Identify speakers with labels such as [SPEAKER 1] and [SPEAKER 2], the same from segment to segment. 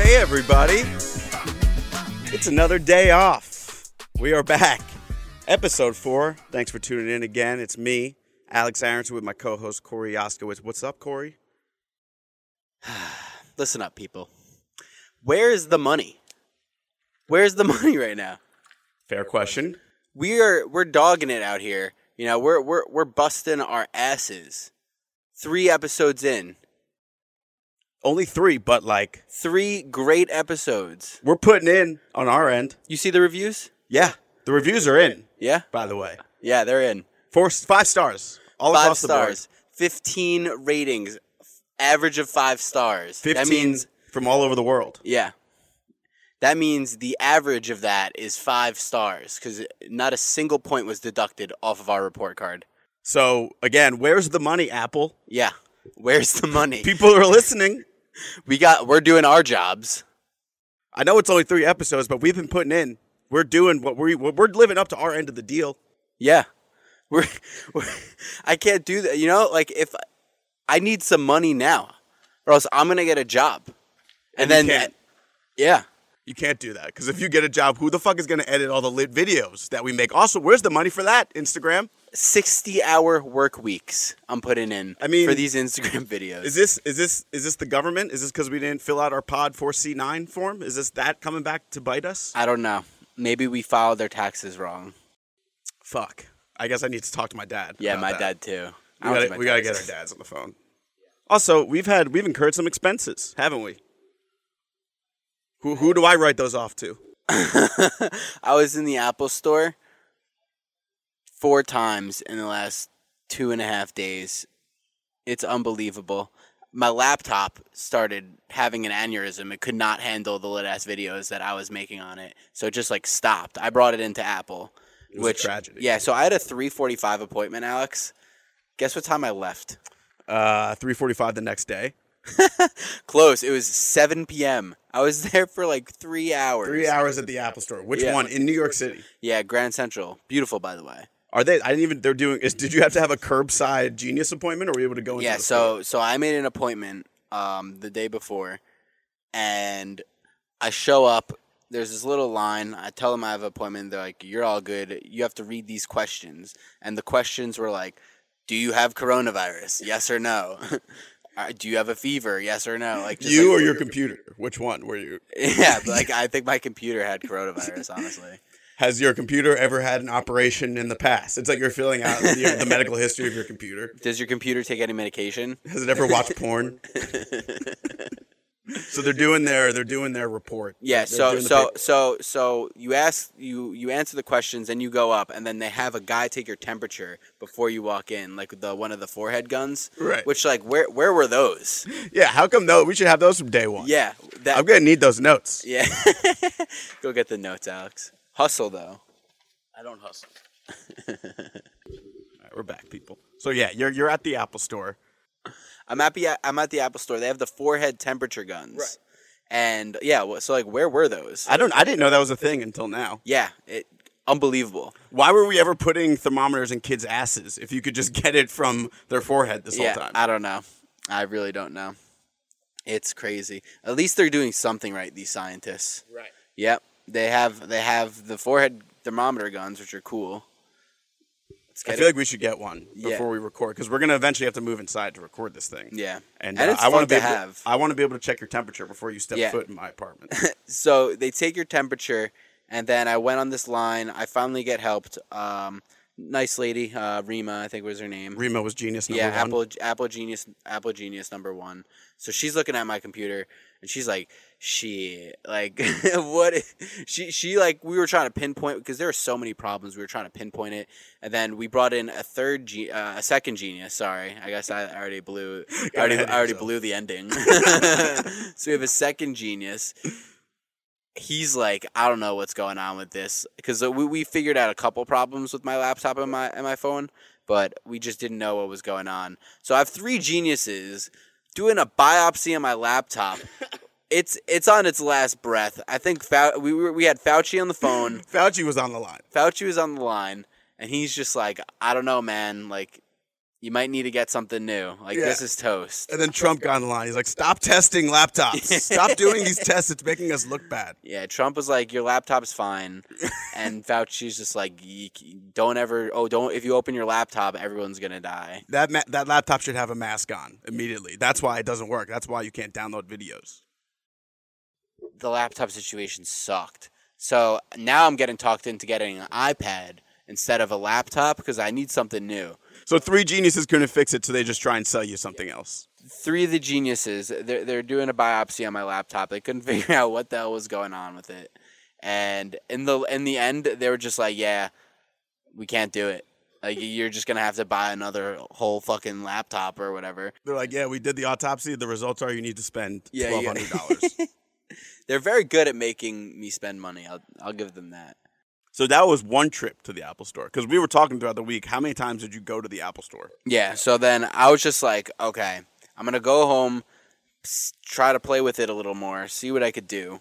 [SPEAKER 1] everybody. It's another day off. We are back. Episode four. Thanks for tuning in again. It's me, Alex Aronson, with my co host, Corey Oskowitz. What's up, Corey?
[SPEAKER 2] Listen up, people. Where is the money? Where's the money right now?
[SPEAKER 1] Fair question.
[SPEAKER 2] We are we're dogging it out here. You know, we're we're we're busting our asses. Three episodes in.
[SPEAKER 1] Only three, but like,
[SPEAKER 2] Three great episodes.
[SPEAKER 1] we're putting in on our end.
[SPEAKER 2] You see the reviews?
[SPEAKER 1] Yeah. The reviews are in,
[SPEAKER 2] Yeah?
[SPEAKER 1] by the way.
[SPEAKER 2] Yeah, they're in.
[SPEAKER 1] Four, five stars. All
[SPEAKER 2] Five
[SPEAKER 1] across the board.
[SPEAKER 2] stars. Fifteen ratings. Average of five stars.
[SPEAKER 1] 15
[SPEAKER 2] That means
[SPEAKER 1] from all over the world.
[SPEAKER 2] Yeah. That means the average of that is five stars because not a single point was deducted off of our report card.
[SPEAKER 1] So, again, where's the money, Apple?
[SPEAKER 2] Yeah. Where's the money?
[SPEAKER 1] People are listening.
[SPEAKER 2] We got we're doing our jobs.
[SPEAKER 1] I know it's only three episodes, but we've been putting in. We're doing what we we're living up to our end of the deal.
[SPEAKER 2] Yeah. We're, we're I can't do that. You know, like if I need some money now or else I'm going to get a job.
[SPEAKER 1] And
[SPEAKER 2] And,
[SPEAKER 1] you
[SPEAKER 2] then
[SPEAKER 1] can't.
[SPEAKER 2] yeah.
[SPEAKER 1] You can't do that because if you get a job, who the fuck is going to edit all the lit videos that we make? Also, where's the money for that Instagram?
[SPEAKER 2] 60 hour work weeks I'm putting in
[SPEAKER 1] I mean-
[SPEAKER 2] for these Instagram videos.
[SPEAKER 1] Is this is this is this the government? Is this because we didn't fill out our Pod 4C9 form? Is this that coming back to bite us?
[SPEAKER 2] I don't know. Maybe we filed their taxes wrong.
[SPEAKER 1] Fuck. I guess I need to talk to my dad.
[SPEAKER 2] Yeah,
[SPEAKER 1] about
[SPEAKER 2] my
[SPEAKER 1] that.
[SPEAKER 2] dad too. I
[SPEAKER 1] We
[SPEAKER 2] don't
[SPEAKER 1] gotta,
[SPEAKER 2] think my
[SPEAKER 1] we gotta
[SPEAKER 2] dad
[SPEAKER 1] get our
[SPEAKER 2] is.
[SPEAKER 1] dads on the phone. Also, we've had we've incurred some expenses, haven't we? Who who do I write those off to?
[SPEAKER 2] I was in the Apple store four times in the last two and a half days. It's unbelievable. My laptop started having an aneurysm. It could not handle the lit ass videos that I was making on it. So it just like stopped. I brought it into Apple.
[SPEAKER 1] was a
[SPEAKER 2] which
[SPEAKER 1] tragedy.
[SPEAKER 2] Yeah, so I had a three forty five appointment, Alex. Guess what time I left?
[SPEAKER 1] Uh, three forty-five the next day.
[SPEAKER 2] Close. It was seven PM. I was there for like three hours.
[SPEAKER 1] Three hours at the Apple Store. Which
[SPEAKER 2] Yeah.
[SPEAKER 1] one in New York City?
[SPEAKER 2] Yeah, Grand Central. Beautiful by the way.
[SPEAKER 1] Are they? I didn't even. They're doing. Is did you have to have a curbside genius appointment, or were you able to go? Into
[SPEAKER 2] yeah
[SPEAKER 1] the
[SPEAKER 2] so so i made an appointment um the day before and i show up there's this little line i tell them i have an appointment they're like you're all good you have to read these questions and the questions were like do you have coronavirus yes or no Uh, do you have a fever yes or no like
[SPEAKER 1] store?
[SPEAKER 2] just
[SPEAKER 1] you
[SPEAKER 2] like-
[SPEAKER 1] or your computer? Which one were you?
[SPEAKER 2] yeah but, like i think my computer had coronavirus honestly
[SPEAKER 1] Has your computer ever had an operation in the past? It's like you're filling out the, the medical history of your computer.
[SPEAKER 2] does your computer take any medication
[SPEAKER 1] Has it ever watched porn? so they're doing their they're doing their report.
[SPEAKER 2] Yeah,
[SPEAKER 1] They're
[SPEAKER 2] so
[SPEAKER 1] doing the
[SPEAKER 2] so
[SPEAKER 1] paper.
[SPEAKER 2] so so you ask you you answer the questions and you go up and then they have a guy take your temperature before you walk in like the one of the forehead guns.
[SPEAKER 1] Right.
[SPEAKER 2] Which like where where were those?
[SPEAKER 1] yeah. How come though? We should have those from day one.
[SPEAKER 2] Yeah. That
[SPEAKER 1] I'm gonna need those notes.
[SPEAKER 2] Yeah. go get the notes, Alex. Hustle though. I don't hustle.
[SPEAKER 1] All right, we're back, people. So yeah, you're you're at the Apple store.
[SPEAKER 2] I'm at the I'm at the Apple store. They have the forehead temperature guns. Right. And yeah, wh- so like where were those?
[SPEAKER 1] I don't I didn't know that was a thing until now.
[SPEAKER 2] yeah, it unbelievable.
[SPEAKER 1] Why were we ever putting thermometers in kids' asses if you could just get it from their forehead this
[SPEAKER 2] yeah,
[SPEAKER 1] whole time?
[SPEAKER 2] I don't know. I really don't know. It's crazy. At least they're doing something right. These scientists.
[SPEAKER 1] right.
[SPEAKER 2] Yep. They have they have the forehead thermometer guns, which are cool. Let's
[SPEAKER 1] I
[SPEAKER 2] get
[SPEAKER 1] feel
[SPEAKER 2] it.
[SPEAKER 1] like we should get one
[SPEAKER 2] Yeah.
[SPEAKER 1] before we record because we're gonna eventually have to move inside to record this thing.
[SPEAKER 2] yeah.
[SPEAKER 1] And,
[SPEAKER 2] And,
[SPEAKER 1] uh,
[SPEAKER 2] it's
[SPEAKER 1] I
[SPEAKER 2] fun
[SPEAKER 1] want
[SPEAKER 2] to
[SPEAKER 1] be able
[SPEAKER 2] have.
[SPEAKER 1] I want to be able to check your temperature before you step
[SPEAKER 2] Yeah.
[SPEAKER 1] foot in my apartment.
[SPEAKER 2] so they take your temperature, and then I went on this line. I finally get helped. Um, nice lady, uh, Rima, I think was her name.
[SPEAKER 1] Remo was genius number
[SPEAKER 2] yeah,
[SPEAKER 1] one.
[SPEAKER 2] Apple Apple Genius Apple Genius number one. So she's looking at my computer and she's like, "She like what? i- She she like we were trying to pinpoint because there are so many problems. We were trying to pinpoint it, and then we brought in a third ge- uh, a second genius. Sorry, I guess I already blew I already
[SPEAKER 1] ahead of
[SPEAKER 2] I already
[SPEAKER 1] yourself.
[SPEAKER 2] blew the ending. so we have a second genius. He's like, I don't know what's going on with this because we, we figured out a couple problems with my laptop and my and my phone, but we just didn't know what was going on. So I have three geniuses doing a biopsy on my laptop. It's it's on its last breath. I think Fau- we were, we had Fauci on the phone.
[SPEAKER 1] Fauci was on the line.
[SPEAKER 2] Fauci was on the line, and he's just like, I don't know, man. Like, you might need to get something new. Like
[SPEAKER 1] Yeah.
[SPEAKER 2] this is toast.
[SPEAKER 1] And then Trump got in line. He's like, "Stop testing laptops. Stop doing these tests. It's making us look bad."
[SPEAKER 2] Yeah, Trump was like, "Your laptop's fine," and Fauci's just like, "You c- "Don't ever, oh, don't. If you open your laptop, everyone's gonna die."
[SPEAKER 1] That ma- that laptop should have a mask on immediately. That's why it doesn't work. That's why you can't download videos.
[SPEAKER 2] The laptop situation sucked. So now I'm getting talked into getting an iPad instead of a laptop because I need something new.
[SPEAKER 1] So three geniuses couldn't fix it, so they just try and sell you something else.
[SPEAKER 2] Three of the geniuses, they're they're doing a biopsy on my laptop. They couldn't figure out what the hell was going on with it, and in the in the end, they were just like, "Yeah, we can't do it." Like you're just gonna have to buy another whole fucking laptop or whatever.
[SPEAKER 1] They're like, "Yeah, we did the autopsy. The results are you need to spend
[SPEAKER 2] Yeah,
[SPEAKER 1] twelve
[SPEAKER 2] yeah.
[SPEAKER 1] hundred dollars."
[SPEAKER 2] They're very good at making me spend money. I'll I'll give them that.
[SPEAKER 1] so that was one trip to the Apple Store because we were talking throughout the week. How many times did you go to the Apple Store?
[SPEAKER 2] Yeah. So then I was just like, okay, I'm gonna go home, s- try to play with it a little more, see what I could do,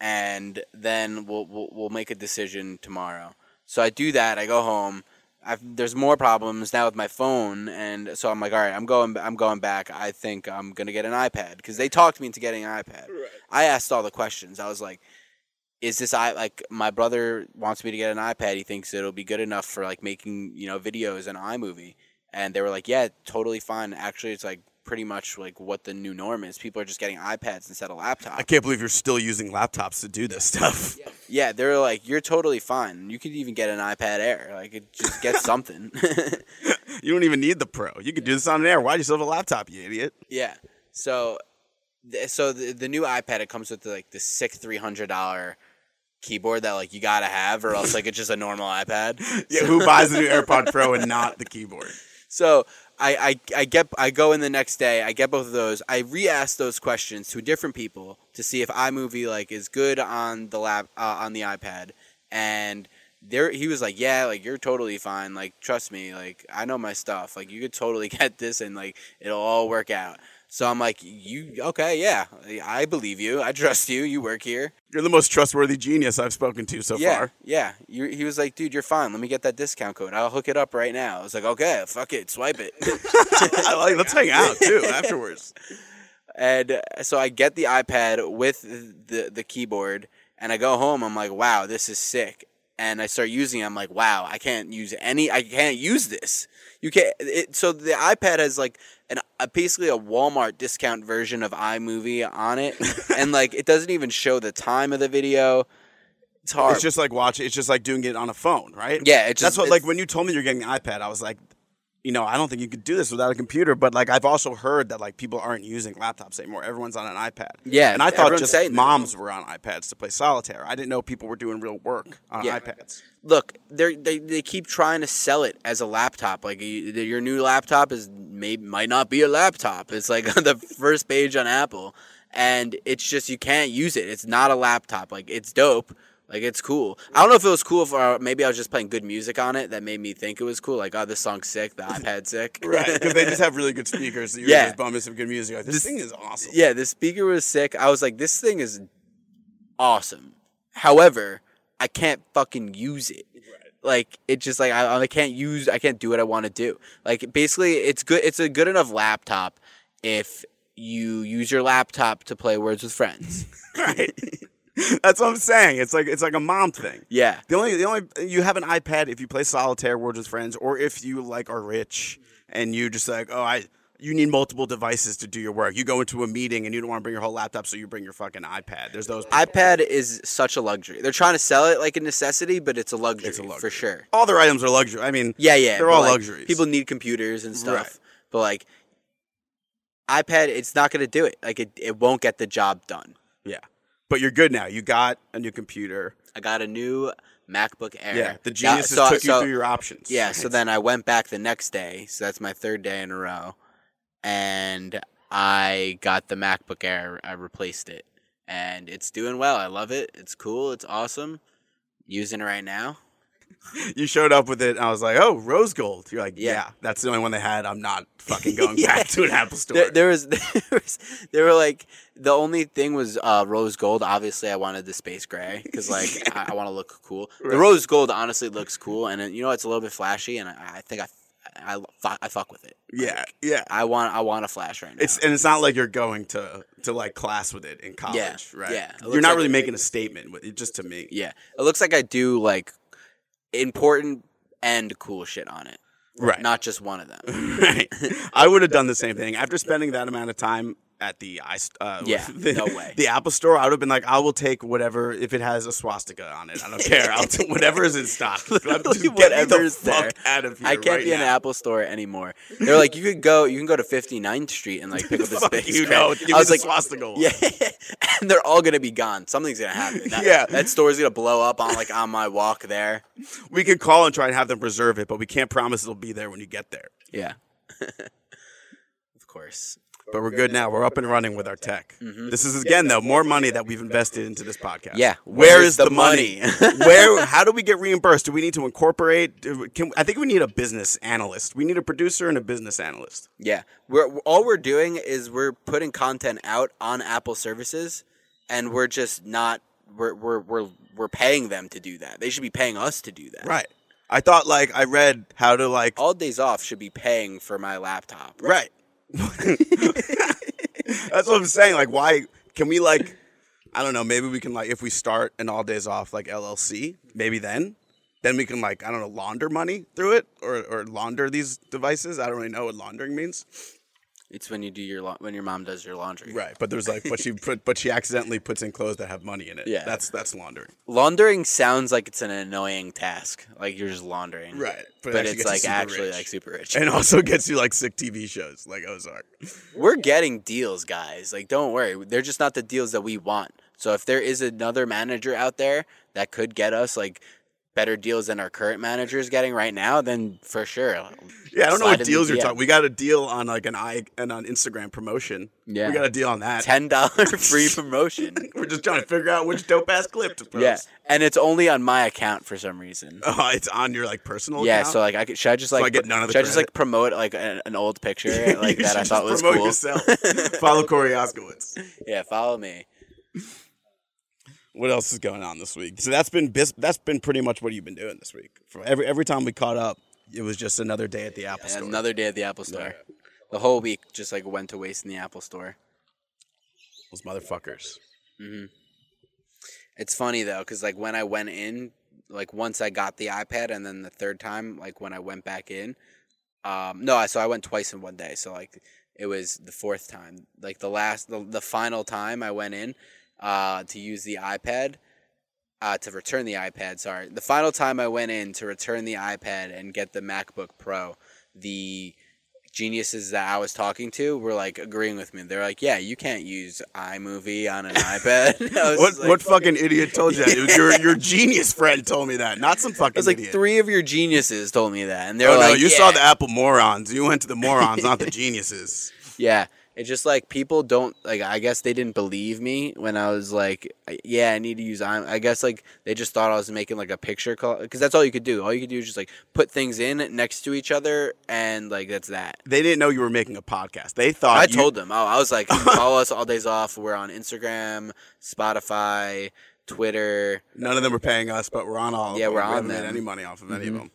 [SPEAKER 2] and then we'll we'll, we'll make a decision tomorrow. So I do that. I go home. I've, there's more problems now with my phone, and so I'm like, all right, I'm going, I'm going back. I think I'm gonna get an iPad because they talked me into getting an iPad. I asked all the questions. I was like, is this i like my brother wants me to get an ipad he thinks it'll be good enough for like making you know videos and imovie and they were like yeah totally fine actually it's like pretty much like what the new norm is people are just getting ipads instead of
[SPEAKER 1] I
[SPEAKER 2] laptops
[SPEAKER 1] can't believe you're still using laptops to do this stuff.
[SPEAKER 2] yeah they're like you're totally fine you could even get an ipad air like it just get something
[SPEAKER 1] You don't even need the Pro. You could do this on an Air. Why do you still have a laptop, you idiot?
[SPEAKER 2] Yeah. So, th- so the, the new iPad it comes with like the sick three hundred dollar keyboard that like you gotta have or else like it's just a normal iPad.
[SPEAKER 1] Yeah, who buys the new AirPod Pro and not the keyboard?
[SPEAKER 2] So I, I I get I go in the next day. I get both of those. I re-ask those questions to different people to see if iMovie like is good on the lap uh, on the iPad. And there he was like, yeah, like you're totally fine. Like trust me. Like I know my stuff. Like you could totally get this, and like it'll all work out. So I'm like, you okay? Yeah, I believe you. I trust you. You work here.
[SPEAKER 1] You're the most trustworthy genius I've spoken to so
[SPEAKER 2] yeah,
[SPEAKER 1] far.
[SPEAKER 2] yeah. You, he was like, dude, you're fine. Let me get that discount code. I'll hook it up right now. I was like, okay, fuck it, swipe it.
[SPEAKER 1] I like, let's hang out too afterwards.
[SPEAKER 2] And uh, so I get the iPad with the the keyboard, and I go home. I'm like, wow, this is sick. And I start using. it. I'm like, wow, I can't use any. I can't use this. You can't. It, so the iPad has like an a, basically a Walmart discount version of iMovie on it, and like it doesn't even show the time of the video. It's hard.
[SPEAKER 1] It's just like watching. It's just like doing it on a phone, right?
[SPEAKER 2] Yeah, it just-
[SPEAKER 1] that's what.
[SPEAKER 2] it's-
[SPEAKER 1] Like when you told me you're getting an iPad, I was like, you know, I don't think you could do this without a computer. But like, I've also heard that like people aren't using laptops anymore. Everyone's on an iPad.
[SPEAKER 2] Yeah,
[SPEAKER 1] and I thought
[SPEAKER 2] everyone's
[SPEAKER 1] just
[SPEAKER 2] saying that.
[SPEAKER 1] moms were on iPads to play solitaire. I didn't know people were doing real work on
[SPEAKER 2] Yeah.
[SPEAKER 1] iPads.
[SPEAKER 2] look, they they they keep trying to sell it as a laptop. Like you- the- your new laptop is may might not be a laptop. It's like on the first page on Apple, and it's just you can't use it. It's not a laptop. Like it's dope. Like it's cool. I don't know if it was cool if uh, maybe I was just playing good music on it that made me think it was cool. Like oh, this song's sick. The iPad's sick.
[SPEAKER 1] Right, because they just have really good speakers. So you're
[SPEAKER 2] Yeah.
[SPEAKER 1] just bumming some good music. Like, this, thing is awesome.
[SPEAKER 2] Yeah, the speaker was sick. I was like, this thing is awesome. However, I can't fucking use it. Like it just like I, I can't use I can't do what I want to do. Like basically, it's good. It's a good enough laptop if you use your laptop to play Words with Friends.
[SPEAKER 1] right. That's what I'm saying. It's like it's like a mom thing.
[SPEAKER 2] yeah.
[SPEAKER 1] The only the only you have an iPad if you play solitaire, Words with Friends, or if you like are rich and you just like oh I you need multiple devices to do your work. You go into a meeting and you don't want to bring your whole laptop, so you bring your fucking iPad. There's those.
[SPEAKER 2] iPad is such a luxury. They're trying to sell it like a necessity, but it's a luxury, for
[SPEAKER 1] luxury.
[SPEAKER 2] sure.
[SPEAKER 1] all their items are luxury. I mean,
[SPEAKER 2] Yeah, yeah.
[SPEAKER 1] they're
[SPEAKER 2] but,
[SPEAKER 1] all
[SPEAKER 2] like,
[SPEAKER 1] luxuries.
[SPEAKER 2] People need computers and stuff.
[SPEAKER 1] Right.
[SPEAKER 2] But like iPad, it's not gonna do it. Like it, it won't get the job done.
[SPEAKER 1] yeah, but you're good now. You got a new computer.
[SPEAKER 2] I got a new MacBook Air.
[SPEAKER 1] Yeah, the
[SPEAKER 2] That-
[SPEAKER 1] geniuses
[SPEAKER 2] so-
[SPEAKER 1] took you
[SPEAKER 2] so-
[SPEAKER 1] through your options.
[SPEAKER 2] Yeah, so then I went back the next day. So that's my third day in a row. And I got the MacBook Air. I replaced it. And it's doing well. I love it. It's cool. It's awesome. Using it right now.
[SPEAKER 1] you showed up with it, and I was like, oh, rose gold. You're like, yeah,
[SPEAKER 2] Yeah.
[SPEAKER 1] that's the only one they had. I'm not fucking going back to an Apple store.
[SPEAKER 2] There, there was, there was, they were like, the only thing was uh, rose gold. Obviously, I wanted the space gray because like I, I want to look cool. The rose gold honestly looks cool, and uh, you know it's a little bit flashy, and I, I think I, I lo- fu- I fuck with it.
[SPEAKER 1] Yeah, yeah.
[SPEAKER 2] I want I want a flash right now.
[SPEAKER 1] It's and it's not like you're going to to like class with it in college, right?
[SPEAKER 2] yeah. It
[SPEAKER 1] You're
[SPEAKER 2] looks
[SPEAKER 1] not
[SPEAKER 2] like-
[SPEAKER 1] really making a statement with it, just to me.
[SPEAKER 2] yeah, it looks like I do like important and cool shit on it,
[SPEAKER 1] Right.
[SPEAKER 2] not just one of them.
[SPEAKER 1] right. I would have done the same thing after spending that amount of time at the i uh,
[SPEAKER 2] Yeah,
[SPEAKER 1] the,
[SPEAKER 2] no way.
[SPEAKER 1] the Apple Store. I would have been like, I will take whatever if it has a swastika on it. I don't care. I'll take whatever is in stock. Just get me the
[SPEAKER 2] Whatever's there.
[SPEAKER 1] fuck out of here.
[SPEAKER 2] I can't
[SPEAKER 1] right
[SPEAKER 2] be an
[SPEAKER 1] now.
[SPEAKER 2] Apple store anymore. They're like, you could go, you can go to 59th Street and like pick up this
[SPEAKER 1] Fuck
[SPEAKER 2] big.
[SPEAKER 1] you
[SPEAKER 2] scrap.
[SPEAKER 1] know. Give
[SPEAKER 2] I was
[SPEAKER 1] me
[SPEAKER 2] like,
[SPEAKER 1] the swastika. one.
[SPEAKER 2] yeah, and they're all gonna be gone. Something's gonna happen. That,
[SPEAKER 1] Yeah.
[SPEAKER 2] that store's gonna blow up on like on my walk there.
[SPEAKER 1] We could call and try and have them preserve it, but we can't promise it'll be there when you get there.
[SPEAKER 2] Yeah, of course.
[SPEAKER 1] But we're good now. We're up and running with our tech. This is again though more money that we've invested into this podcast.
[SPEAKER 2] Yeah.
[SPEAKER 1] where
[SPEAKER 2] Where's
[SPEAKER 1] is the,
[SPEAKER 2] the
[SPEAKER 1] money? Where? How do we get reimbursed? Do we need to incorporate? do- Can, I think we need a business analyst. We need a producer and a business analyst.
[SPEAKER 2] Yeah, we're all we're doing is we're putting content out on Apple services, and we're just not we're we're we're we're paying them to do that. They should be paying us to do that.
[SPEAKER 1] Right. I thought like I read how to like.
[SPEAKER 2] All days off should be paying for my laptop.
[SPEAKER 1] Right. That's what I'm saying. Like, why can we like? I don't know. Maybe we can like if we start an all days off like LLC. Maybe then, then we can like I don't know launder money through it or or launder these devices. I don't really know what laundering means.
[SPEAKER 2] It's when you do your la- when your mom does your laundry.
[SPEAKER 1] Right, but there's like, but she put, but she accidentally puts in clothes that have money in it.
[SPEAKER 2] Yeah.
[SPEAKER 1] that's that's laundering.
[SPEAKER 2] Laundering sounds like it's an annoying task. Like you're just laundering.
[SPEAKER 1] Right,
[SPEAKER 2] But,
[SPEAKER 1] it actually
[SPEAKER 2] it's
[SPEAKER 1] gets you
[SPEAKER 2] like
[SPEAKER 1] super
[SPEAKER 2] actually
[SPEAKER 1] rich.
[SPEAKER 2] like super rich.
[SPEAKER 1] and also gets you like sick TV shows like Ozark.
[SPEAKER 2] We're getting deals, guys. Like don't worry. They're just not the deals that we want. So if there is another manager out there that could get us like better deals than our current manager is getting right now, then for sure. um,
[SPEAKER 1] Yeah, I don't know
[SPEAKER 2] Slide
[SPEAKER 1] what
[SPEAKER 2] in
[SPEAKER 1] deals
[SPEAKER 2] the
[SPEAKER 1] you're
[SPEAKER 2] DM.
[SPEAKER 1] talking. We got a deal on like an i and on Instagram promotion.
[SPEAKER 2] Yeah.
[SPEAKER 1] we got a deal on that.
[SPEAKER 2] Ten dollar free promotion.
[SPEAKER 1] We're just trying to figure out which dope ass clip to post.
[SPEAKER 2] yeah. And it's only on my account for some reason.
[SPEAKER 1] Oh, it's on your like personal.
[SPEAKER 2] Yeah,
[SPEAKER 1] account?
[SPEAKER 2] so like I could, should I just like
[SPEAKER 1] I get none of the
[SPEAKER 2] should I just
[SPEAKER 1] credit?
[SPEAKER 2] like promote like an, an old picture like
[SPEAKER 1] You
[SPEAKER 2] that I
[SPEAKER 1] should
[SPEAKER 2] thought
[SPEAKER 1] just
[SPEAKER 2] was
[SPEAKER 1] promote
[SPEAKER 2] cool?
[SPEAKER 1] yourself. Follow Corey Oskowitz.
[SPEAKER 2] Yeah, follow me.
[SPEAKER 1] What else is going on this week? So that's been bis- that's been pretty much what you've been doing this week. For every every time we caught up, it was just another day at the Apple Store.
[SPEAKER 2] Another day at the Apple Store. The whole week just like went to waste in the Apple Store.
[SPEAKER 1] Those motherfuckers.
[SPEAKER 2] It's funny though, because like when I went in, like once I got the iPad, and then the third time, like when I went back in, um, no, I so I went twice in one day. So like it was the fourth time, like the last, the, the final time I went in uh, to use the iPad. Uh, to return the iPad, sorry. The final time I went in to return the iPad and get the MacBook Pro, the geniuses that I was talking to were like agreeing with me. They're like, "Yeah, you can't use iMovie on an iPad." I was
[SPEAKER 1] What
[SPEAKER 2] just like-
[SPEAKER 1] what fucking idiot told you that? It was your your genius friend told me that, not some fucking
[SPEAKER 2] It was like
[SPEAKER 1] idiot.
[SPEAKER 2] three of your geniuses told me that, and they were
[SPEAKER 1] Oh
[SPEAKER 2] like,
[SPEAKER 1] no, you
[SPEAKER 2] yeah.
[SPEAKER 1] saw the Apple morons. You went to the morons, not the geniuses.
[SPEAKER 2] Yeah, it's just like people don't like. I guess they didn't believe me when I was like, "Yeah, I need to use." I'm. I guess like they just thought I was making like a picture call because that's all you could do. All you could do is just like put things in next to each other, and like that's that.
[SPEAKER 1] They didn't know you were making a podcast. They thought
[SPEAKER 2] I
[SPEAKER 1] you-
[SPEAKER 2] told them. Oh, I was like, follow us all days off. We're on Instagram, Spotify, Twitter.
[SPEAKER 1] none of them were paying us, but we're on all. of
[SPEAKER 2] Yeah,
[SPEAKER 1] them.
[SPEAKER 2] we're
[SPEAKER 1] we
[SPEAKER 2] on
[SPEAKER 1] haven't
[SPEAKER 2] them. Mm-hmm.
[SPEAKER 1] made any money off of any of them.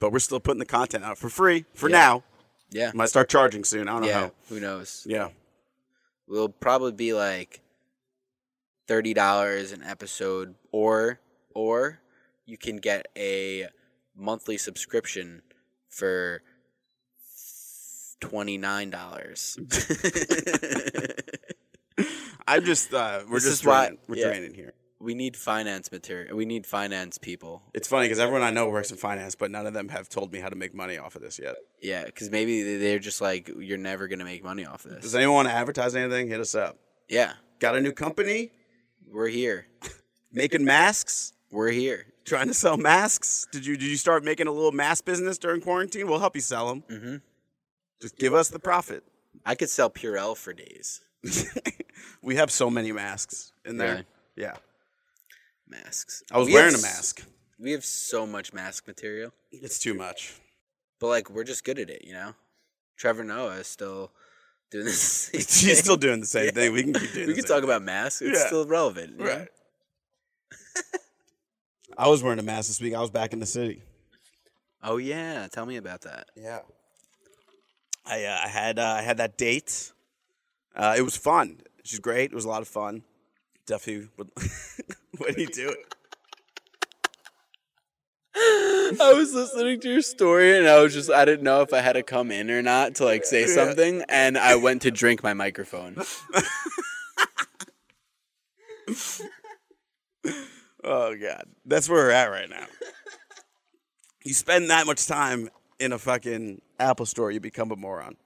[SPEAKER 1] But we're still putting the content out for free for
[SPEAKER 2] Yeah.
[SPEAKER 1] now.
[SPEAKER 2] Yeah,
[SPEAKER 1] Might start charging soon. I don't
[SPEAKER 2] yeah.
[SPEAKER 1] know. how.
[SPEAKER 2] Who knows?
[SPEAKER 1] Yeah.
[SPEAKER 2] will probably be like thirty dollars an episode, or or you can get a monthly subscription for twenty nine dollars.
[SPEAKER 1] I'm just uh, we're
[SPEAKER 2] This
[SPEAKER 1] just
[SPEAKER 2] is why-
[SPEAKER 1] draining. we're
[SPEAKER 2] yeah.
[SPEAKER 1] draining here.
[SPEAKER 2] we need finance material. We need finance people.
[SPEAKER 1] It's funny because everyone I know works in finance, but none of them have told me how to make money off of this yet.
[SPEAKER 2] Yeah, because maybe they- they're just like you're never gonna make money off this.
[SPEAKER 1] Does anyone want to advertise anything? Hit us up.
[SPEAKER 2] Yeah,
[SPEAKER 1] Got a new company
[SPEAKER 2] we're here.
[SPEAKER 1] making masks.
[SPEAKER 2] We're here.
[SPEAKER 1] Trying to sell masks. Did you did you start making a little mask business during quarantine? We'll help you sell them. Mm-hmm. Just give us the profit.
[SPEAKER 2] I could sell Purell for days.
[SPEAKER 1] we have so many masks in there.
[SPEAKER 2] Really?
[SPEAKER 1] Yeah,
[SPEAKER 2] Masks.
[SPEAKER 1] I was
[SPEAKER 2] We have
[SPEAKER 1] wearing a
[SPEAKER 2] s-
[SPEAKER 1] mask.
[SPEAKER 2] We have so much mask material.
[SPEAKER 1] It's too much.
[SPEAKER 2] But like we're just good at it, you know. Trevor Noah is still doing this.
[SPEAKER 1] She's still doing the same thing. We can keep doing.
[SPEAKER 2] we
[SPEAKER 1] the
[SPEAKER 2] can
[SPEAKER 1] same
[SPEAKER 2] talk about masks. It's
[SPEAKER 1] Yeah.
[SPEAKER 2] still relevant. you know?
[SPEAKER 1] Right. I was wearing a mask this week. I was back in the city.
[SPEAKER 2] Oh yeah, tell me about that.
[SPEAKER 1] Yeah. I uh, I had uh, I had that date. Uh, it was fun. She's great. It was a lot of fun. Duffy, would, what do you do?
[SPEAKER 2] I was listening to your story and I was just I didn't know if I had to come in or not to like say something and I went to drink my microphone.
[SPEAKER 1] Oh god, that's where we're at right now. you spend that much time in a fucking Apple store, you become a moron.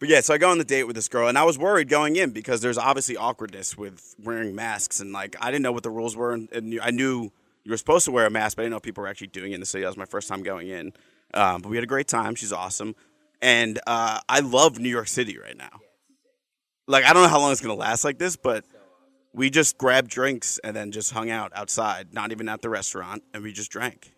[SPEAKER 1] But yeah, so I go on the date with this girl, and I was worried going in because there's obviously awkwardness with wearing masks, and like I didn't know what the rules were, and, and I knew you were supposed to wear a mask, but I didn't know if people were actually doing it in the city. That was my first time going in, um, but we had a great time. She's awesome, and uh, I love New York City right now. Like I don't know how long it's gonna last like this, but we just grabbed drinks and then just hung out outside, not even at the restaurant, and we just drank.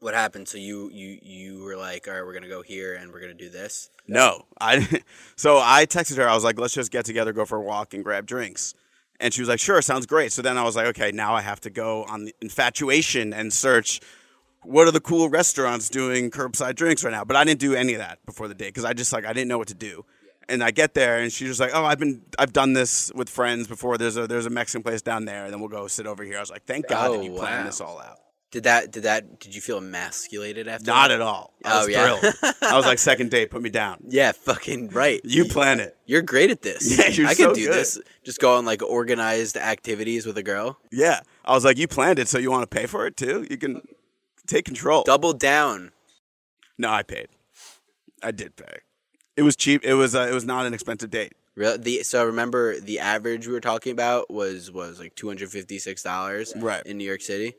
[SPEAKER 2] What happened? So you you you were like, all right, we're gonna go here and we're gonna do this.
[SPEAKER 1] No, I. So I texted her. I was like, "Let's just get together, go for a walk, and grab drinks." And she was like, "Sure, sounds great." So then I was like, "Okay, now I have to go on the infatuation and search what are the cool restaurants doing curbside drinks right now." But I didn't do any of that before the date because I just like I didn't know what to do. And I get there, and she's just like, "Oh, I've been I've done this with friends before. There's a there's a Mexican place down there, and then we'll go sit over here." I was like, "Thank God
[SPEAKER 2] Oh,
[SPEAKER 1] that you planned
[SPEAKER 2] wow.
[SPEAKER 1] this all out."
[SPEAKER 2] Did that did that did you feel emasculated after
[SPEAKER 1] Not
[SPEAKER 2] that?
[SPEAKER 1] at all. I was
[SPEAKER 2] Oh, yeah.
[SPEAKER 1] thrilled. I was like, second date, put me down.
[SPEAKER 2] Yeah, fucking right.
[SPEAKER 1] You plan it.
[SPEAKER 2] You're great at this.
[SPEAKER 1] Yeah, you're
[SPEAKER 2] I could
[SPEAKER 1] so
[SPEAKER 2] do
[SPEAKER 1] good.
[SPEAKER 2] this. Just go on like organized activities with a girl.
[SPEAKER 1] Yeah. I was like, you planned it, so you want to pay for it too? You can take control.
[SPEAKER 2] Double down.
[SPEAKER 1] No, I paid. I did pay. It was cheap. It was uh, it was not an expensive date.
[SPEAKER 2] Real, the so remember the average we were talking about was was like two hundred fifty six dollars
[SPEAKER 1] Right.
[SPEAKER 2] in New York City.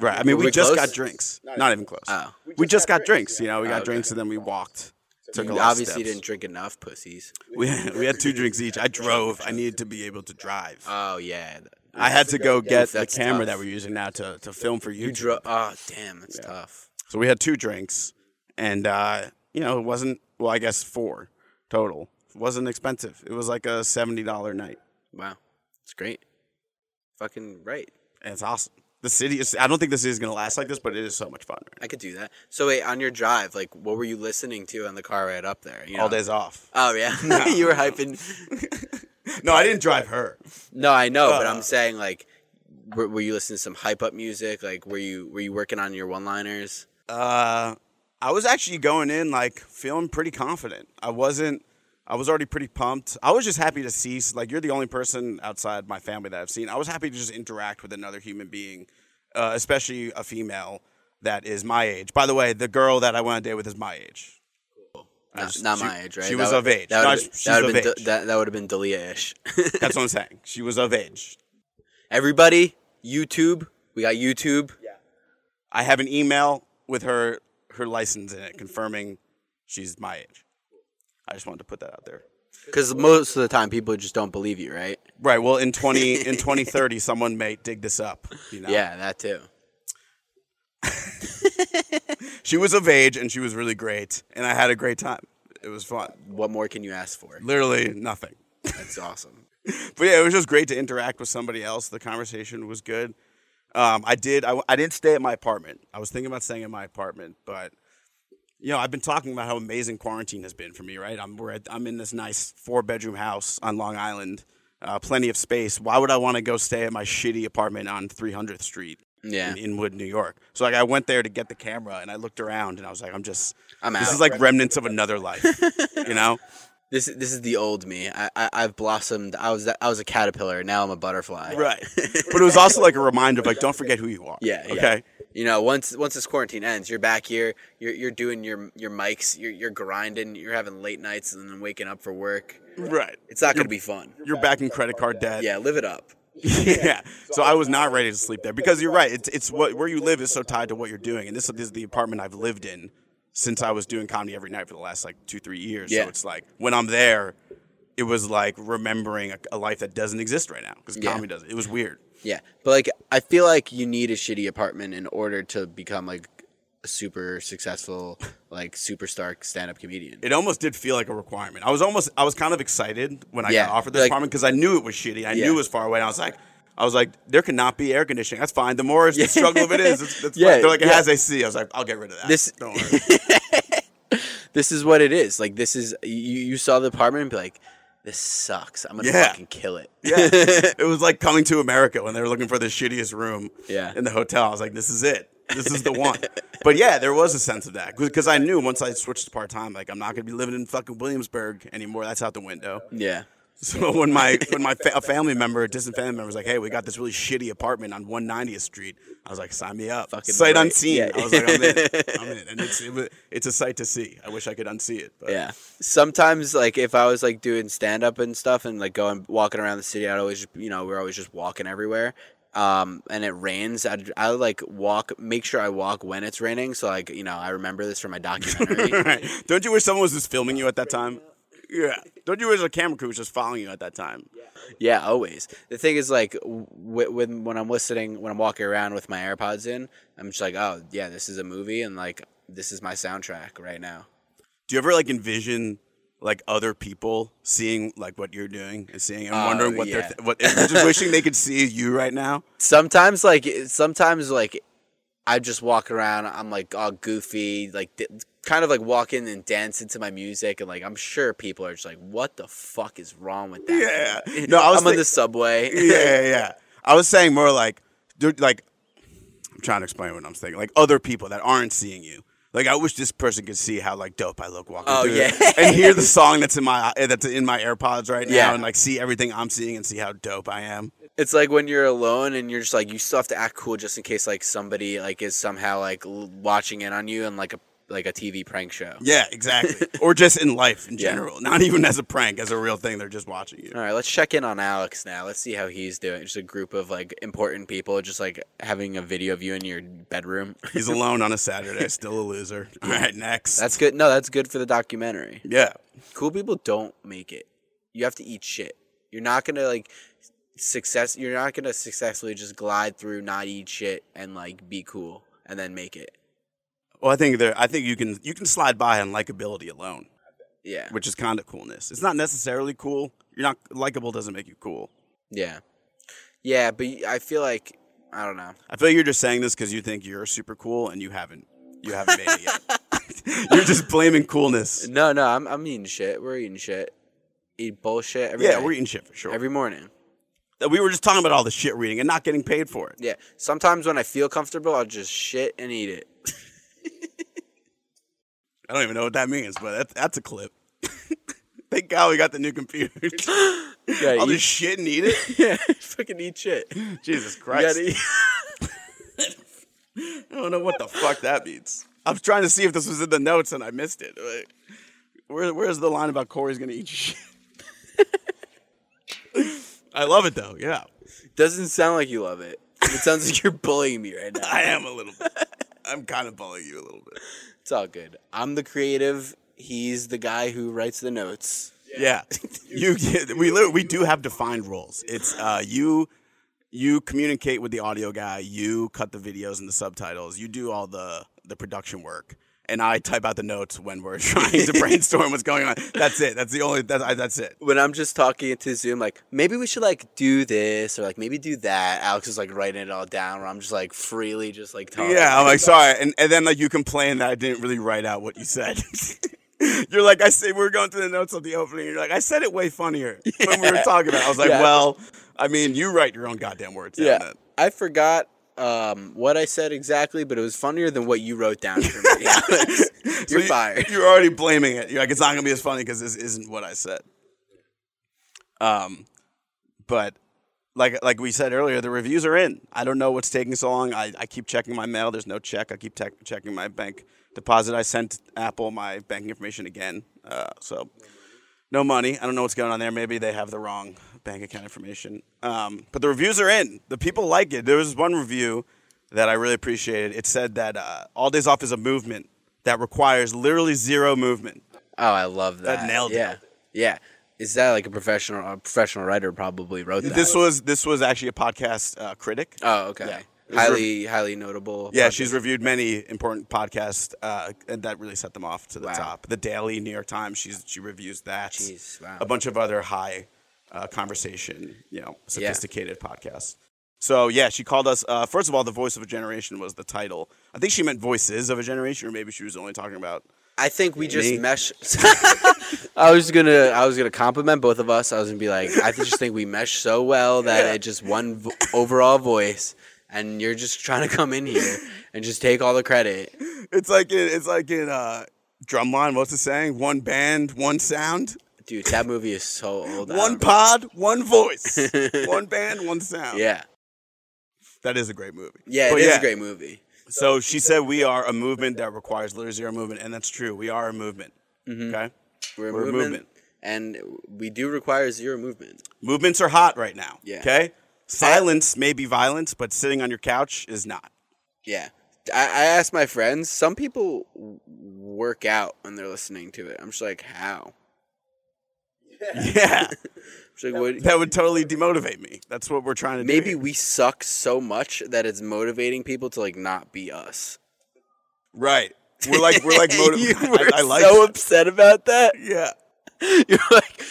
[SPEAKER 1] Right. I mean,
[SPEAKER 2] Were
[SPEAKER 1] we
[SPEAKER 2] we
[SPEAKER 1] just
[SPEAKER 2] close?
[SPEAKER 1] got drinks. Not, even close.
[SPEAKER 2] Oh.
[SPEAKER 1] we, just got, drinks. You know, we got drinks and then we walked. Took
[SPEAKER 2] You
[SPEAKER 1] a lot
[SPEAKER 2] obviously
[SPEAKER 1] of steps.
[SPEAKER 2] didn't drink enough pussies.
[SPEAKER 1] We had, we had two drinks each. I drove. I needed to be able to drive.
[SPEAKER 2] Oh yeah,
[SPEAKER 1] I had to go get the
[SPEAKER 2] that's
[SPEAKER 1] camera
[SPEAKER 2] tough.
[SPEAKER 1] that we're using now to, to film for
[SPEAKER 2] you
[SPEAKER 1] YouTube.
[SPEAKER 2] drove. Oh damn, that's tough.
[SPEAKER 1] So we had two drinks, and uh, you know it wasn't well. I guess four total. It wasn't expensive. It was like a seventy dollar night,
[SPEAKER 2] Wow, it's great. Fucking right.
[SPEAKER 1] and it's awesome. The city is. I don't think the city is gonna last like this, but it is so much fun. Right
[SPEAKER 2] I could do that. So wait, on your drive, like, what were you listening to on the car ride up there? You
[SPEAKER 1] now. All
[SPEAKER 2] know?
[SPEAKER 1] days off.
[SPEAKER 2] Oh yeah, you were hyping.
[SPEAKER 1] No, I didn't drive her.
[SPEAKER 2] No, I know, but
[SPEAKER 1] Uh.
[SPEAKER 2] I'm saying like, were, were you listening to some hype up music? Like, were you were you working on your one liners?
[SPEAKER 1] Uh, I was actually going in like feeling pretty confident. I wasn't. I was already pretty pumped. I was just happy to see. Like you're the only person outside my family that I've seen. I was happy to just interact with another human being, uh, especially a female that is my age. By the way, the girl that I went on a date with is my age. I
[SPEAKER 2] Not,
[SPEAKER 1] just-
[SPEAKER 2] not
[SPEAKER 1] she-
[SPEAKER 2] my age, right?
[SPEAKER 1] She
[SPEAKER 2] That
[SPEAKER 1] was
[SPEAKER 2] would-
[SPEAKER 1] of age.
[SPEAKER 2] That
[SPEAKER 1] No,
[SPEAKER 2] would have
[SPEAKER 1] she's
[SPEAKER 2] been,
[SPEAKER 1] of
[SPEAKER 2] that would have
[SPEAKER 1] age.
[SPEAKER 2] been, that, would have been Dalia-ish.
[SPEAKER 1] That's what I'm saying. She was of age.
[SPEAKER 2] Everybody, YouTube. We got YouTube.
[SPEAKER 1] I have an email with her her license in it confirming she's my age. I just wanted to put that out there.
[SPEAKER 2] Because most of the time, people just don't believe you, right?
[SPEAKER 1] Right. Well, in twenty in twenty thirty, someone may dig this up. You know?
[SPEAKER 2] Yeah, that too.
[SPEAKER 1] She was of age and she was really great, and I had a great time. It was fun.
[SPEAKER 2] What more can you ask for?
[SPEAKER 1] Literally nothing.
[SPEAKER 2] That's awesome.
[SPEAKER 1] But yeah, it was just great to interact with somebody else. The conversation was good. Um, I did. I, I didn't stay at my apartment. I was thinking about staying in my apartment, but you know, I've been talking about how amazing quarantine has been for me. Right? I'm we're at, I'm in this nice four bedroom house on Long Island, uh, plenty of space. Why would I want to go stay at my shitty apartment on 300th Street?
[SPEAKER 2] Yeah,
[SPEAKER 1] in Inwood, New York. So like I went there to get the camera and I looked around and I was like, I'm just
[SPEAKER 2] I'm
[SPEAKER 1] this
[SPEAKER 2] out.
[SPEAKER 1] is like remnants of another life. you know?
[SPEAKER 2] this this is the old me. I, I I've blossomed. I was I was a caterpillar. Now I'm a butterfly.
[SPEAKER 1] Right. but it was also like a reminder of like don't forget who you are.
[SPEAKER 2] Yeah. yeah.
[SPEAKER 1] Okay.
[SPEAKER 2] You know, once once this quarantine ends, you're back here. You're you're doing your your mics. You're you're grinding. You're having late nights and then waking up for work.
[SPEAKER 1] Right.
[SPEAKER 2] It's not gonna be fun.
[SPEAKER 1] You're back in credit card debt.
[SPEAKER 2] Yeah, live it up.
[SPEAKER 1] yeah. So I was not ready to sleep there because you're right. It's it's what where you live is so tied to what you're doing, and this, is the apartment I've lived in since I was doing comedy every night for the last like two three years.
[SPEAKER 2] Yeah.
[SPEAKER 1] So it's like when I'm there, it was like remembering a, a life that doesn't exist right now because
[SPEAKER 2] Yeah.
[SPEAKER 1] comedy doesn't. It was weird.
[SPEAKER 2] Yeah, but like I feel like you need a shitty apartment in order to become like a super successful like superstar stand-up comedian.
[SPEAKER 1] it almost did feel like a requirement. I was almost, I was kind of excited when I
[SPEAKER 2] Yeah,
[SPEAKER 1] got offered this
[SPEAKER 2] like-
[SPEAKER 1] apartment because I knew it was shitty. I
[SPEAKER 2] Yeah.
[SPEAKER 1] knew it was far away. And I was like, I was like, there cannot be air conditioning. That's fine. The more
[SPEAKER 2] Yeah.
[SPEAKER 1] the struggle of it is, it's, that's
[SPEAKER 2] Yeah,
[SPEAKER 1] fine. They're like, it
[SPEAKER 2] yeah.
[SPEAKER 1] has AC. I was like, I'll get rid of that.
[SPEAKER 2] This-
[SPEAKER 1] Don't worry.
[SPEAKER 2] this is what it is. Like this is you, you saw the apartment and be like, this sucks. I'm gonna
[SPEAKER 1] Yeah.
[SPEAKER 2] fucking kill it.
[SPEAKER 1] yeah. It was like coming to America when they were looking for the shittiest room
[SPEAKER 2] Yeah.
[SPEAKER 1] in the hotel. I was like, this is it. This is the one. but yeah, there was a sense of that because I knew once I switched to part time, like I'm not going to be living in fucking Williamsburg anymore. That's out the window.
[SPEAKER 2] yeah.
[SPEAKER 1] So when my when my fa- a family member, a distant family member, was like, "Hey, we got this really shitty apartment on 190th Street," I was like, "Sign me up!"
[SPEAKER 2] Fucking
[SPEAKER 1] sight
[SPEAKER 2] right.
[SPEAKER 1] unseen.
[SPEAKER 2] Yeah.
[SPEAKER 1] I was like, "I'm in, I'm in," and it's it, wa- it's a sight to see. I wish I could unsee it. But
[SPEAKER 2] Yeah. Sometimes, like, if I was like doing stand up and stuff and like going walking around the city, I'd always, you know, we're always just walking everywhere. Um, and it rains. I'd, I like walk, make sure I walk when it's raining. So, like, you know, I remember this from my documentary.
[SPEAKER 1] Right. Don't you wish someone was just filming you at that time? Yeah. Don't you wish a camera crew was just following you at that time?
[SPEAKER 2] yeah, always. The thing is, like, w- when, when I'm listening, when I'm walking around with my AirPods in, I'm just like, oh, yeah, this is a movie. And like, this is my soundtrack right now.
[SPEAKER 1] Do you ever like envision like other people seeing like what you're doing and seeing and
[SPEAKER 2] Oh,
[SPEAKER 1] wondering what
[SPEAKER 2] yeah.
[SPEAKER 1] they're th- what just wishing they could see you right now?
[SPEAKER 2] sometimes like sometimes like I just walk around. I'm like all goofy, like d- kind of like walk in and dance into my music, and like I'm sure people are just like, "What the fuck is wrong with that?"
[SPEAKER 1] Yeah. No, I was
[SPEAKER 2] I'm on
[SPEAKER 1] thi-
[SPEAKER 2] the subway.
[SPEAKER 1] yeah, yeah, yeah. I was saying more like, dude, like, I'm trying to explain what I'm thinking. Like other people that aren't seeing you. Like I wish this person could see how like dope I look walking
[SPEAKER 2] Oh,
[SPEAKER 1] through,
[SPEAKER 2] yeah.
[SPEAKER 1] it and hear the song that's in my uh, that's in my AirPods right now,
[SPEAKER 2] Yeah.
[SPEAKER 1] and like see everything I'm seeing and see how dope I am.
[SPEAKER 2] it's like when you're alone and you're just like you still have to act cool just in case like somebody like is somehow like l- watching in on you and like a like a TV prank show.
[SPEAKER 1] Yeah, exactly. or just in life in
[SPEAKER 2] Yeah.
[SPEAKER 1] general, not even as a prank, as a real thing. They're just watching you.
[SPEAKER 2] All right, let's check in on Alex now. Let's see how he's doing. Just a group of like important people, just like having a video of you in your bedroom.
[SPEAKER 1] He's alone on a Saturday, still a loser. All right, next.
[SPEAKER 2] That's good. No, that's good for the documentary.
[SPEAKER 1] yeah.
[SPEAKER 2] Cool people don't make it. You have to eat shit. You're not gonna like success. You're not gonna successfully just glide through, not eat shit, and like be cool, and then make it.
[SPEAKER 1] Well, I think there. I think you can you can slide by on likability alone.
[SPEAKER 2] Yeah,
[SPEAKER 1] which is kind of coolness. It's not necessarily cool. You're not likable doesn't make you cool.
[SPEAKER 2] yeah, yeah. But y- I feel like I don't know.
[SPEAKER 1] I feel like you're just saying this because you think you're super cool and you haven't you haven't made it yet. you're just blaming coolness.
[SPEAKER 2] No, no. I'm I'm eating shit. We're eating shit. Eat bullshit every
[SPEAKER 1] Yeah,
[SPEAKER 2] day,
[SPEAKER 1] we're eating shit for sure.
[SPEAKER 2] every morning.
[SPEAKER 1] That we were just talking about all the shit reading and not getting paid for it.
[SPEAKER 2] Yeah. Sometimes when I feel comfortable, I'll just shit and eat it.
[SPEAKER 1] I don't even know what that means, but that, that's a clip. Thank God we got the new computers.
[SPEAKER 2] Yeah,
[SPEAKER 1] I'll
[SPEAKER 2] eat,
[SPEAKER 1] just shit and eat it.
[SPEAKER 2] yeah, fucking eat shit. You
[SPEAKER 1] Jesus Christ!
[SPEAKER 2] gotta eat-
[SPEAKER 1] I don't know what the fuck that means. I was trying to see if this was in the notes and I missed it. Like, Where, where's the line about Corey's gonna eat shit? I love it though. Yeah,
[SPEAKER 2] Doesn't sound like you love it. It sounds like you're bullying me right now.
[SPEAKER 1] I am a little. bit. I'm kind of bullying you a little bit.
[SPEAKER 2] It's all good. I'm the creative. He's the guy who writes the notes.
[SPEAKER 1] Yeah, you. We lit- we do have defined roles. It's uh, you. You communicate with the audio guy. You cut the videos and the subtitles. You do all the the production work, and I type out the notes when we're trying to brainstorm what's going on. That's it. That's the only. That's, I, that's it.
[SPEAKER 2] When I'm just talking to Zoom, like maybe we should like do this or like maybe do that. Alex is like writing it all down, where I'm just like freely just like talking.
[SPEAKER 1] Yeah, I'm like sorry, and, and then like you complain that I didn't really write out what you said. you're like I say we were going through the notes of the opening. You're like I said it way funnier when we were talking about. It. I was like,
[SPEAKER 2] Yeah.
[SPEAKER 1] well, I mean, you write your own goddamn words. down
[SPEAKER 2] yeah.
[SPEAKER 1] then.
[SPEAKER 2] I forgot um, what I said exactly, but it was funnier than what you wrote down for me. Alex.
[SPEAKER 1] So
[SPEAKER 2] You're
[SPEAKER 1] you-
[SPEAKER 2] fired.
[SPEAKER 1] You're already blaming it. You're like it's not gonna be as funny because this isn't what I said. Um, but like like we said earlier, the reviews are in. I don't know what's taking so long. I, I keep checking my mail. There's no check. I keep tech checking my bank deposit. I sent Apple my banking information again. Uh, so no money. I don't know what's going on there. Maybe they have the wrong bank account information. Um, but the reviews are in. The people like it. There was one review that I really appreciated. It said that uh, All Days Off is a movement that requires literally zero movement.
[SPEAKER 2] Oh, I love that.
[SPEAKER 1] nailed it.
[SPEAKER 2] yeah. Yeah. Is that like a professional? A professional writer probably wrote that.
[SPEAKER 1] This was this was actually a podcast uh, critic.
[SPEAKER 2] Oh, okay.
[SPEAKER 1] Yeah.
[SPEAKER 2] Highly, highly notable.
[SPEAKER 1] Yeah, she's reviewed many important podcasts, uh, and that really set them off to the
[SPEAKER 2] Wow.
[SPEAKER 1] top. The Daily, New York Times, she's she reviews that.
[SPEAKER 2] Jeez, wow.
[SPEAKER 1] A bunch of other high uh, conversation, you know, sophisticated podcasts. So yeah, she called us. Uh, first of all, the voice of a generation was the title. I think she meant voices of a generation, or maybe she was only talking about.
[SPEAKER 2] I think we just
[SPEAKER 1] Me.
[SPEAKER 2] mesh. I was gonna, I was gonna compliment both of us. I was gonna be like, I just think we mesh so well that it just one vo- overall voice, and you're just trying to come in here and just take all the credit.
[SPEAKER 1] It's like in, it's like in uh, drumline. What's it saying? One band, one sound,
[SPEAKER 2] Dude, that movie is so old. Um, I
[SPEAKER 1] one
[SPEAKER 2] don't-
[SPEAKER 1] pod, one voice, one band, one sound.
[SPEAKER 2] Yeah,
[SPEAKER 1] that is a great movie.
[SPEAKER 2] yeah, it
[SPEAKER 1] But
[SPEAKER 2] is a great movie.
[SPEAKER 1] So she said we are a movement that requires literally zero movement, Mm-hmm. and that's true. We are a movement. Okay,
[SPEAKER 2] We're, a
[SPEAKER 1] We're a
[SPEAKER 2] movement,
[SPEAKER 1] movement.
[SPEAKER 2] and we do require zero movement.
[SPEAKER 1] movements are hot right now.
[SPEAKER 2] Yeah.
[SPEAKER 1] Okay, silence may be violence, but sitting on your couch is not.
[SPEAKER 2] Yeah, I, I asked my friends. Some people w- work out when they're listening to it. I'm just like, how?
[SPEAKER 1] Yeah,
[SPEAKER 2] Just like, what,
[SPEAKER 1] that would totally demotivate me. That's what we're trying to do.
[SPEAKER 2] maybe
[SPEAKER 1] here.
[SPEAKER 2] we suck so much that it's motivating people to like not be us.
[SPEAKER 1] right. We're like we're like
[SPEAKER 2] you
[SPEAKER 1] motivated.
[SPEAKER 2] were
[SPEAKER 1] I, I like
[SPEAKER 2] so
[SPEAKER 1] that.
[SPEAKER 2] upset about that.
[SPEAKER 1] yeah.
[SPEAKER 2] You're like,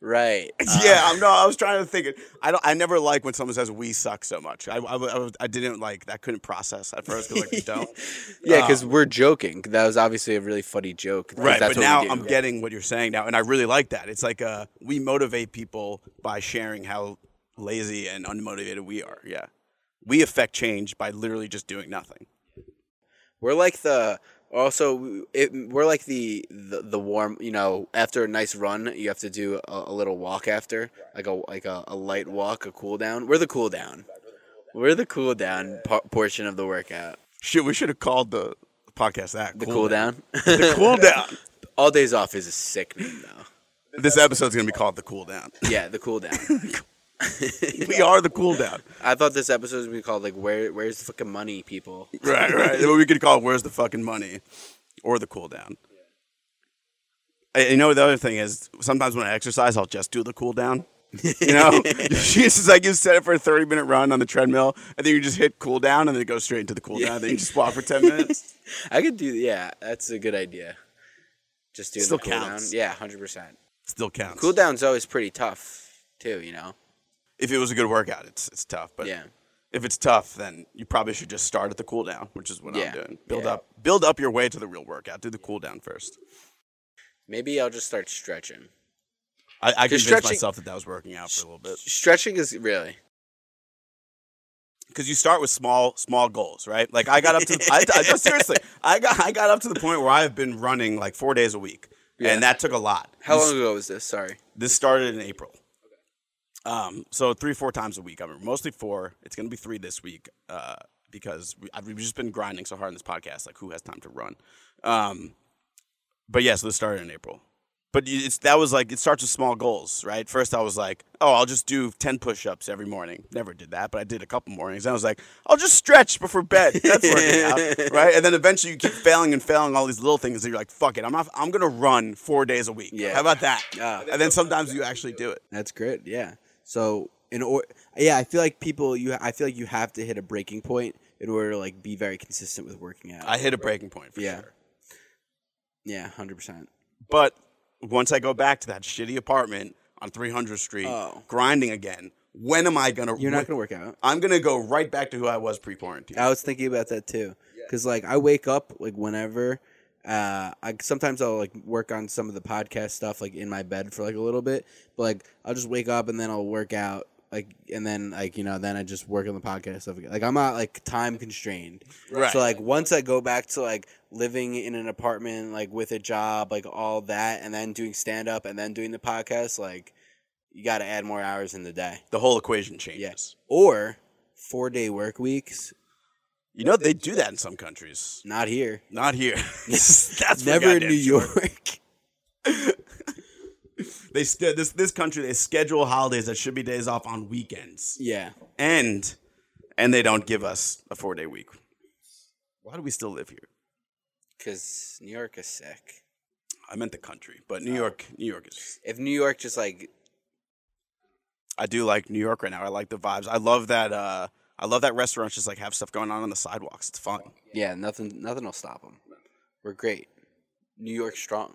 [SPEAKER 2] right? uh,
[SPEAKER 1] yeah, I'm no. I was trying to think. It. I don't. I never like when someone says "we suck" so much. I, I, I, was- I didn't like. I couldn't process at first. 'cause, Like we don't.
[SPEAKER 2] yeah, because we're joking. That was obviously a really funny joke. 'cause
[SPEAKER 1] um Right,
[SPEAKER 2] that's
[SPEAKER 1] but
[SPEAKER 2] what we
[SPEAKER 1] now
[SPEAKER 2] do.
[SPEAKER 1] I'm getting what you're saying now, and I really like that. It's like uh, we motivate people by sharing how lazy and unmotivated we are. Yeah, we affect change by literally just doing nothing.
[SPEAKER 2] We're like the also it, we're like the, the the warm you know after a nice run you have to do a, a little walk after like a like a, a light walk a cool down we're the cool down we're the cool down po- portion of the workout
[SPEAKER 1] Shit, we should have called the podcast that
[SPEAKER 2] the cool down
[SPEAKER 1] The cool down.
[SPEAKER 2] all days off is a sick name though
[SPEAKER 1] this episode's gonna be called the cool down.
[SPEAKER 2] yeah the cool down
[SPEAKER 1] we are the cool down.
[SPEAKER 2] I thought this episode was gonna be called like where where's the fucking money people
[SPEAKER 1] Right, right. Or we could call it "Where's the fucking money," or the cool down. And You know the other thing is sometimes when I exercise, I'll just do the cool down. You know, it's just like you set it for a thirty minute run on the treadmill, and then you just hit cool down, and then it goes straight into the cool down. Then you just walk for ten minutes.
[SPEAKER 2] I could do yeah that's a good idea just do
[SPEAKER 1] Still
[SPEAKER 2] the cool
[SPEAKER 1] counts.
[SPEAKER 2] down yeah hundred percent
[SPEAKER 1] Still counts.
[SPEAKER 2] cool down's always pretty tough too you know
[SPEAKER 1] If it was a good workout, it's it's tough. But
[SPEAKER 2] yeah.
[SPEAKER 1] if it's tough, then you probably should just start at the cool down, which is what
[SPEAKER 2] Yeah,
[SPEAKER 1] I'm doing. Build
[SPEAKER 2] yeah.
[SPEAKER 1] up, build up your way to the real workout. Do the cool down first.
[SPEAKER 2] Maybe I'll just start stretching.
[SPEAKER 1] I, I convinced
[SPEAKER 2] stretching-
[SPEAKER 1] myself that that was working out for a little bit.
[SPEAKER 2] Stretching is really.
[SPEAKER 1] because you start with small small goals, right? Like I got up to I, I, no, seriously, I got I got up to the point where I've been running like four days a week,
[SPEAKER 2] Yeah.
[SPEAKER 1] and that took a lot.
[SPEAKER 2] How
[SPEAKER 1] this,
[SPEAKER 2] long ago was this? Sorry.
[SPEAKER 1] This started in April. Um, so three four times a week. I mean, mostly four. It's gonna be three this week uh, because we, I've, we've just been grinding so hard on this podcast. Like, who has time to run? Um, but yes, yeah, so this started in April. But you- it's that was like it starts with small goals, right? First, I was like, oh, I'll just do ten push-ups every morning. Never did that, but I did a couple mornings. And I was like, I'll just stretch before bed. That's working out, right? And then eventually, you keep failing and failing all these little things, and you're like, fuck it, I'm not, I'm gonna run four days a week.
[SPEAKER 2] Yeah.
[SPEAKER 1] How about that?
[SPEAKER 2] Yeah.
[SPEAKER 1] And then sometimes you actually do it.
[SPEAKER 2] That's great. Yeah.
[SPEAKER 3] So in or yeah, I feel like people you I feel like you have to hit a breaking point in order to like be very consistent with working out.
[SPEAKER 1] I hit a breaking point for
[SPEAKER 3] Yeah.
[SPEAKER 1] sure.
[SPEAKER 3] yeah, hundred percent.
[SPEAKER 1] But once I go back to that shitty apartment on 300th Street,
[SPEAKER 3] Oh.
[SPEAKER 1] grinding again, when am I gonna?
[SPEAKER 3] You're not gonna Oh, work out.
[SPEAKER 1] I'm gonna go right back to who I was pre-quarantine.
[SPEAKER 3] I was thinking about that too, because like I wake up like whenever. Uh, I sometimes I'll like work on some of the podcast stuff like in my bed for like a little bit, but like I'll just wake up and then I'll work out like and then like you know then I just work on the podcast stuff again. Like I'm not like time constrained,
[SPEAKER 1] Right.
[SPEAKER 3] So like once I go back to like living in an apartment like with a job like all that and then doing stand up and then doing the podcast like you got to add more hours in the day
[SPEAKER 1] the whole equation changes.
[SPEAKER 3] or four day work weeks.
[SPEAKER 1] You know they do that in some countries.
[SPEAKER 3] Not here.
[SPEAKER 1] Not here. That's for
[SPEAKER 3] Never in
[SPEAKER 1] goddamn
[SPEAKER 3] New
[SPEAKER 1] sure.
[SPEAKER 3] York.
[SPEAKER 1] They st- this this country they schedule holidays that should be days off on weekends,
[SPEAKER 3] yeah.
[SPEAKER 1] and and they don't give us a four day week. Why do we still live here?
[SPEAKER 2] Because New York is sick.
[SPEAKER 1] I meant the country, but
[SPEAKER 2] Oh.
[SPEAKER 1] New York, New York is.
[SPEAKER 2] If New York just like.
[SPEAKER 1] I do like New York right now. I like the vibes. I love that. Uh, I love that restaurants just like have stuff going on on the sidewalks. It's fun.
[SPEAKER 2] Yeah, nothing nothing will stop them. We're great. New York strong.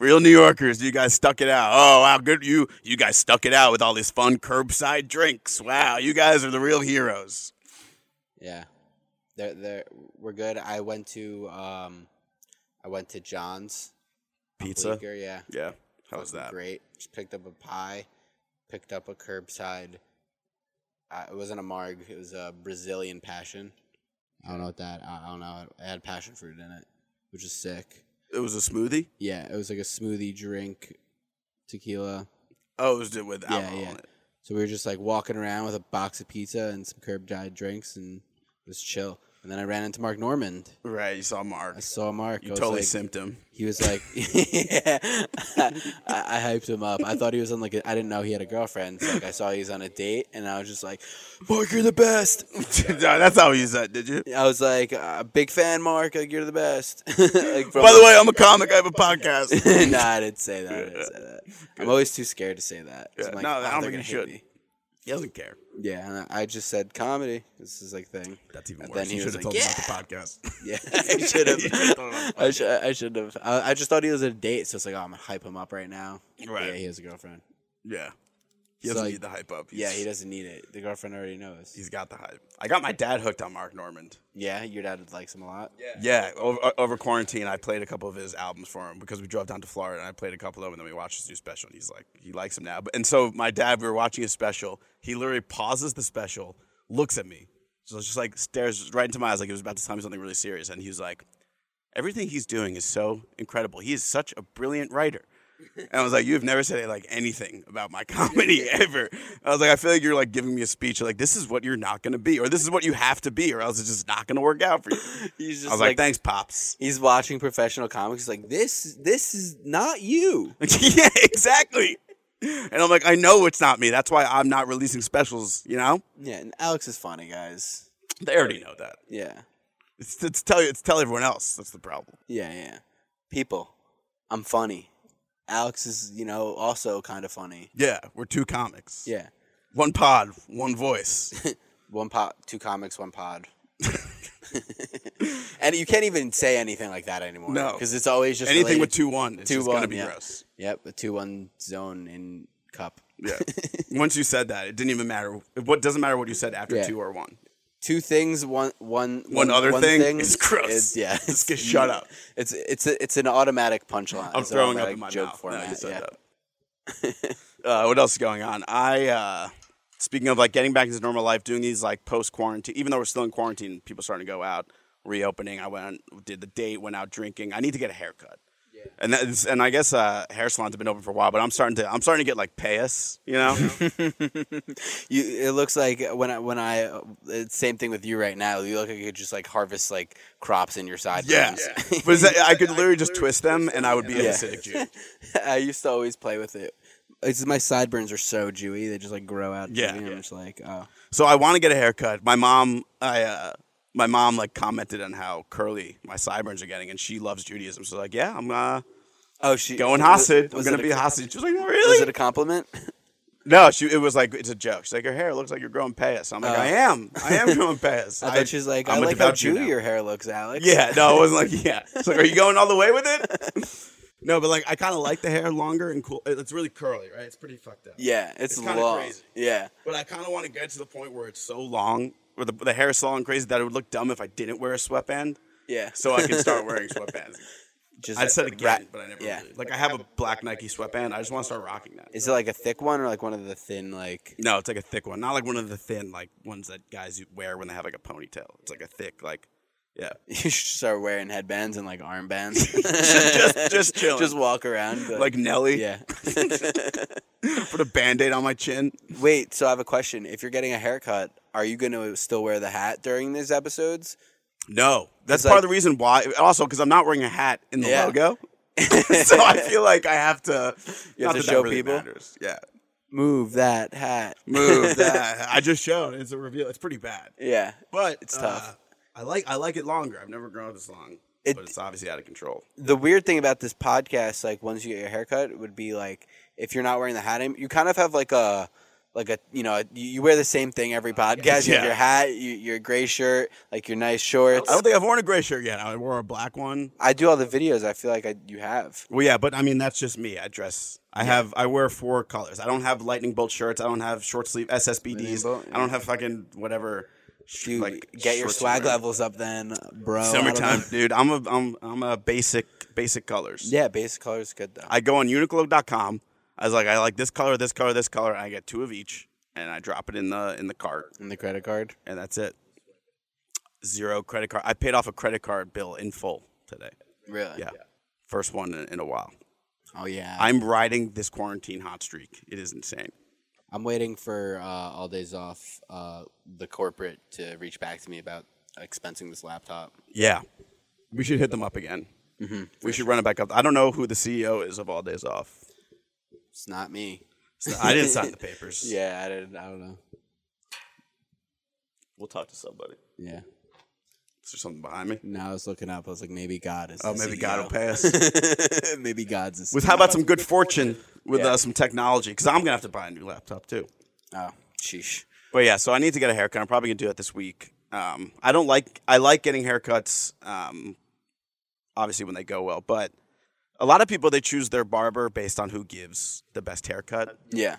[SPEAKER 1] Real New Yorkers, you guys stuck it out. Oh wow, good you you guys stuck it out with all these fun curbside drinks. Wow, you guys are the real heroes.
[SPEAKER 2] Yeah, they're, they're, we're good. I went to um, I went to John's on
[SPEAKER 1] Pizza.
[SPEAKER 2] Bleecker, yeah,
[SPEAKER 1] Yeah. How was
[SPEAKER 2] Fucking
[SPEAKER 1] that?
[SPEAKER 2] Great. Just picked up a pie, picked up a curbside. Uh, it wasn't a marg. It was a Brazilian passion. I don't know what that. I I don't know. It had passion fruit in it, which is sick.
[SPEAKER 1] It was a smoothie?
[SPEAKER 2] Yeah, it was like a smoothie drink, tequila.
[SPEAKER 1] Oh, it was it with
[SPEAKER 2] Yeah,
[SPEAKER 1] alcohol
[SPEAKER 2] yeah.
[SPEAKER 1] in it.
[SPEAKER 2] So we were just like walking around with a box of pizza and some curbside drinks, and it was chill. And then I ran into Mark Normand.
[SPEAKER 1] Right, you saw Mark.
[SPEAKER 2] I saw Mark.
[SPEAKER 1] You
[SPEAKER 2] I was
[SPEAKER 1] totally
[SPEAKER 2] like,
[SPEAKER 1] simped him.
[SPEAKER 2] He was like, yeah. I, I hyped him up. I thought he was on like, I I didn't know he had a girlfriend. So like, I saw he was on a date, and I was just like, Mark, you're the best.
[SPEAKER 1] No, That's how you said, did you?
[SPEAKER 2] I was like, uh, big fan, Mark. Like, you're the best. like, from-
[SPEAKER 1] By the way, I'm a comic. I have a podcast.
[SPEAKER 2] no, I didn't say that. I didn't say that. I'm always too scared to say that.
[SPEAKER 1] Yeah,
[SPEAKER 2] 'cause I'm like,
[SPEAKER 1] no, I don't
[SPEAKER 2] "Oh, they're
[SPEAKER 1] think
[SPEAKER 2] gonna
[SPEAKER 1] you
[SPEAKER 2] hate
[SPEAKER 1] should."
[SPEAKER 2] me."
[SPEAKER 1] He doesn't care.
[SPEAKER 2] Yeah, and I I just said comedy. This is like thing.
[SPEAKER 1] That's even
[SPEAKER 2] And
[SPEAKER 1] worse.
[SPEAKER 2] then he
[SPEAKER 1] you
[SPEAKER 2] was
[SPEAKER 1] should have told
[SPEAKER 2] like,
[SPEAKER 1] him about the podcast.
[SPEAKER 2] Yeah, I should
[SPEAKER 1] You should've told him
[SPEAKER 2] have. I, sh- I should have. I, I just thought he was at a date, so it's like, oh, I'm gonna hype him up right now.
[SPEAKER 1] Right.
[SPEAKER 2] Yeah, he has a girlfriend.
[SPEAKER 1] Yeah. He
[SPEAKER 2] So,
[SPEAKER 1] doesn't
[SPEAKER 2] like-
[SPEAKER 1] need the hype up. He's,
[SPEAKER 2] Yeah, he doesn't need it. The girlfriend already knows.
[SPEAKER 1] He's got the hype. I got my dad hooked on Mark Normand.
[SPEAKER 2] Yeah, your dad likes him a lot. Yeah.
[SPEAKER 1] Yeah, over, over quarantine, I played a couple of his albums for him because we drove down to Florida and I played a couple of them and then we watched his new special and he's like, he likes him now. But, and so my dad, we were watching his special. He literally pauses the special, looks at me. So it's just like stares right into my eyes like he was about to tell me something really serious. And he was like, everything he's doing is so incredible. He is such a brilliant writer. And I was like, you've never said like anything about my comedy ever. I was like, I feel like you're like giving me a speech. Like, this is what you're not going to be, or this is what you have to be, or else it's just not going to work out for you.
[SPEAKER 2] He's just
[SPEAKER 1] I was
[SPEAKER 2] like,
[SPEAKER 1] like, thanks, pops.
[SPEAKER 2] he's watching professional comics. He's like, this, this is not you.
[SPEAKER 1] yeah, exactly. And I'm like, I know it's not me. That's why I'm not releasing specials. You know,
[SPEAKER 2] Yeah, and Alex is funny, guys.
[SPEAKER 1] they already know that.
[SPEAKER 2] Yeah,
[SPEAKER 1] It's, it's tell you, it's tell everyone else. That's the problem.
[SPEAKER 2] yeah, yeah. People, I'm funny. Alex is, you know, also kind of funny.
[SPEAKER 1] Yeah, we're two comics.
[SPEAKER 2] Yeah,
[SPEAKER 1] one pod, one voice.
[SPEAKER 2] one pod, two comics, one pod. and you can't even say anything like that anymore.
[SPEAKER 1] No.
[SPEAKER 2] because it's always just
[SPEAKER 1] Anything
[SPEAKER 2] related-
[SPEAKER 1] with two one is just gonna
[SPEAKER 2] 2-1,
[SPEAKER 1] be
[SPEAKER 2] yeah.
[SPEAKER 1] gross.
[SPEAKER 2] Yep, a two-one zone in cup.
[SPEAKER 1] Yeah. Once you said that, it didn't even matter. What doesn't matter what you said after
[SPEAKER 2] Yeah.
[SPEAKER 1] two or one.
[SPEAKER 2] two things, one one
[SPEAKER 1] One other thing is gross.
[SPEAKER 2] It's, yeah,
[SPEAKER 1] Just get shut up.
[SPEAKER 2] It's it's a, it's an automatic punchline.
[SPEAKER 1] I'm
[SPEAKER 2] It's an
[SPEAKER 1] throwing up
[SPEAKER 2] automatic
[SPEAKER 1] in my
[SPEAKER 2] joke
[SPEAKER 1] mouth.
[SPEAKER 2] Format.
[SPEAKER 1] No, you said
[SPEAKER 2] yeah.
[SPEAKER 1] that. uh, what else is going on? I uh, speaking of like getting back into normal life, doing these like post quarantine. Even though we're still in quarantine, people starting to go out, reopening. I went on- did the date, went out drinking. I need to get a haircut. And that's, and I guess uh, hair salons have been open for a while, but I'm starting to I'm starting to get like payas, you know.
[SPEAKER 2] You, it looks like when I when I uh, it's same thing with you right now. You look like you could just like harvest like crops in your side.
[SPEAKER 1] yeah, but is that, I could literally just twist them, and I would be a
[SPEAKER 2] Yeah.
[SPEAKER 1] Hasidic Jew.
[SPEAKER 2] I used to always play with it. It's just my sideburns are so dewy; they just like grow out.
[SPEAKER 1] Yeah.
[SPEAKER 2] dewy, and
[SPEAKER 1] Yeah.
[SPEAKER 2] I'm just like, oh,
[SPEAKER 1] So I want to get a haircut. My mom, I, uh, my mom like commented on how curly my sideburns are getting, and she loves Judaism. So like, yeah, I'm uh,
[SPEAKER 2] oh, she
[SPEAKER 1] going
[SPEAKER 2] wa-
[SPEAKER 1] Hasid. I'm
[SPEAKER 2] was
[SPEAKER 1] gonna
[SPEAKER 2] it
[SPEAKER 1] be
[SPEAKER 2] a,
[SPEAKER 1] a Hasid. She was like, no,
[SPEAKER 2] Was
[SPEAKER 1] really?
[SPEAKER 2] it a compliment?
[SPEAKER 1] no, she. It was like it's a joke. She's like, your hair looks like you're growing payas. I'm like, I am. I am growing payas.
[SPEAKER 2] Uh. I thought she was like, i
[SPEAKER 1] I'm a
[SPEAKER 2] like how
[SPEAKER 1] devout Jew
[SPEAKER 2] dewy
[SPEAKER 1] now.
[SPEAKER 2] your hair looks, Alex.
[SPEAKER 1] Yeah, no, it wasn't like yeah. It's like, are you going all the way with it? no, but like I kind of like the hair longer and cool. It's really curly, right? It's pretty fucked up.
[SPEAKER 2] yeah, it's,
[SPEAKER 1] kinda
[SPEAKER 2] long.
[SPEAKER 1] crazy.
[SPEAKER 2] Yeah,
[SPEAKER 1] But I kind of want to get to the point where it's so long, where the, the hair is so long and crazy that it would look dumb if I didn't wear a sweatband.
[SPEAKER 2] yeah.
[SPEAKER 1] so I can start wearing sweatbands.
[SPEAKER 2] just
[SPEAKER 1] I said again,
[SPEAKER 2] ra-
[SPEAKER 1] but I never
[SPEAKER 2] yeah.
[SPEAKER 1] really. Like I have a black Nike sweatband. I just want to start rocking that.
[SPEAKER 2] Is it like a thick one or like one of the thin like?
[SPEAKER 1] No, it's like a thick one, not like one of the thin like ones that guys wear when they have like a ponytail. It's like a thick like, yeah,
[SPEAKER 2] You should start wearing headbands and like armbands.
[SPEAKER 1] just just chilling.
[SPEAKER 2] just walk around. But,
[SPEAKER 1] like Nelly,
[SPEAKER 2] yeah.
[SPEAKER 1] put a band-aid on my chin.
[SPEAKER 2] Wait. So I have a question. If you're getting a haircut, are you going to still wear the hat during these episodes?
[SPEAKER 1] No, that's
[SPEAKER 2] It's
[SPEAKER 1] part of
[SPEAKER 2] like-
[SPEAKER 1] the reason why. Also, because I'm not wearing a hat in the
[SPEAKER 2] Yeah.
[SPEAKER 1] logo, so I feel like I have to.
[SPEAKER 2] You
[SPEAKER 1] not that
[SPEAKER 2] have to
[SPEAKER 1] that
[SPEAKER 2] show
[SPEAKER 1] really
[SPEAKER 2] people?
[SPEAKER 1] matters. Yeah,
[SPEAKER 2] Move that hat.
[SPEAKER 1] move that. I just showed. It's a reveal. It's pretty bad.
[SPEAKER 2] Yeah.
[SPEAKER 1] But it's
[SPEAKER 2] tough.
[SPEAKER 1] I like I like it longer. I've never grown up this long,
[SPEAKER 2] It-
[SPEAKER 1] but it's obviously out of control.
[SPEAKER 2] The weird thing about this podcast, like once you get your haircut, would be like if you're not wearing the hat, any- you kind of have like a
[SPEAKER 4] like a you know you, you wear the same thing every podcast. You have
[SPEAKER 1] Uh, Yeah.
[SPEAKER 4] your hat, you, your gray shirt, like your nice shorts.
[SPEAKER 1] I don't think I've worn a gray shirt yet. I wore a black one.
[SPEAKER 4] I do all the videos. I feel like I you have.
[SPEAKER 1] Well, yeah, but I mean that's just me. I dress. I have. I wear four colors. I don't have lightning bolt shirts. I don't have short sleeve
[SPEAKER 2] Lightning
[SPEAKER 1] SSBDs.
[SPEAKER 2] bolt,
[SPEAKER 1] I don't have fucking whatever. sh-
[SPEAKER 2] Dude,
[SPEAKER 1] like
[SPEAKER 4] get your
[SPEAKER 1] shorts you
[SPEAKER 4] swag
[SPEAKER 1] wear.
[SPEAKER 2] levels up then, bro. I don't
[SPEAKER 1] Summertime,
[SPEAKER 2] know.
[SPEAKER 1] dude. I'm a I'm I'm a basic basic colors.
[SPEAKER 4] Yeah, basic color is good though.
[SPEAKER 1] I go on Uniqlo.com. I was like, I like this color, this color, this color. And I get two of each, and I drop it in the in the cart,
[SPEAKER 4] And the credit card.
[SPEAKER 1] and that's it. Zero credit card. I paid off a credit card bill in full today.
[SPEAKER 4] Really?
[SPEAKER 1] Yeah, first one in, in a while.
[SPEAKER 4] Oh yeah.
[SPEAKER 1] I'm riding this quarantine hot streak. It is insane.
[SPEAKER 4] I'm waiting for uh, all days off. Uh, the corporate to reach back to me about expensing this laptop.
[SPEAKER 1] Yeah, we should hit them up again. we should run it back up. I don't know who the CEO is of All Days Off.
[SPEAKER 4] It's not me.
[SPEAKER 1] So I didn't sign the papers.
[SPEAKER 4] Yeah, I didn't. I don't know.
[SPEAKER 1] we'll talk to somebody.
[SPEAKER 2] Yeah.
[SPEAKER 1] Is there something behind me?
[SPEAKER 2] Now I was looking up. I was like, maybe God is.
[SPEAKER 1] Oh,
[SPEAKER 2] the
[SPEAKER 1] maybe
[SPEAKER 2] CEO.
[SPEAKER 1] God will pay us.
[SPEAKER 2] maybe God's. The E
[SPEAKER 1] With how about some good fortune with uh, some technology? Because I'm gonna have to buy a new laptop too.
[SPEAKER 4] Oh, sheesh.
[SPEAKER 1] But yeah, so I need to get a haircut. I'm probably gonna do it this week. Um, I don't like I like getting haircuts. Um, obviously when they go well, but a lot of people they choose their barber based on who gives the best haircut.
[SPEAKER 4] Yeah.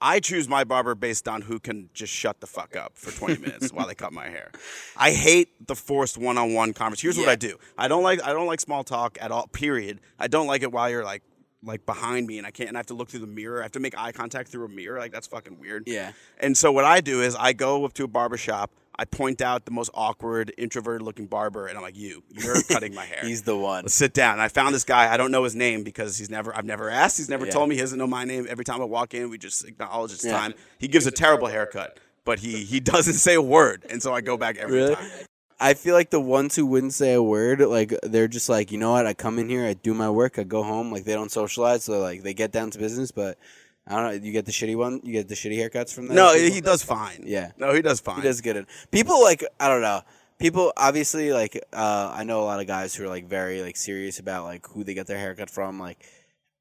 [SPEAKER 1] I choose my barber based on who can just shut the fuck up for 20 minutes while they cut my hair. I hate the forced one-on-one conversation. Here's what
[SPEAKER 4] Yeah.
[SPEAKER 1] I do. I don't like I don't like small talk at all. Period. I don't like it while you're like like behind me and I can't and I have to look through the mirror. I have to make eye contact through a mirror. Like that's fucking weird.
[SPEAKER 4] Yeah.
[SPEAKER 1] And so what I do is I go up to a barber shop. I point out the most awkward, introverted-looking barber, and I'm like, "You, you're cutting my hair."
[SPEAKER 4] He's the one.
[SPEAKER 1] Let's sit down. And I found this guy. I don't know his name because he's never. I've never asked. He's never
[SPEAKER 4] Yeah.
[SPEAKER 1] told me. He doesn't know my name. Every time I walk in, we just acknowledge it's
[SPEAKER 4] Yeah.
[SPEAKER 1] time. He gives a terrible haircut, but he he doesn't say a word, and so I go back every
[SPEAKER 2] Really?
[SPEAKER 1] time.
[SPEAKER 2] I feel like the ones who wouldn't say a word, like they're just like, you know what? I come in here, I do my work, I go home. Like they don't socialize, so like they get down to business. But I don't know. You get the shitty one. You get the shitty haircuts from them.
[SPEAKER 1] No, he does fine.
[SPEAKER 2] Yeah.
[SPEAKER 1] No, he does fine.
[SPEAKER 2] He does good. At, people like I don't know. People obviously like uh, I know a lot of guys who are like very like serious about like who they get their haircut from. Like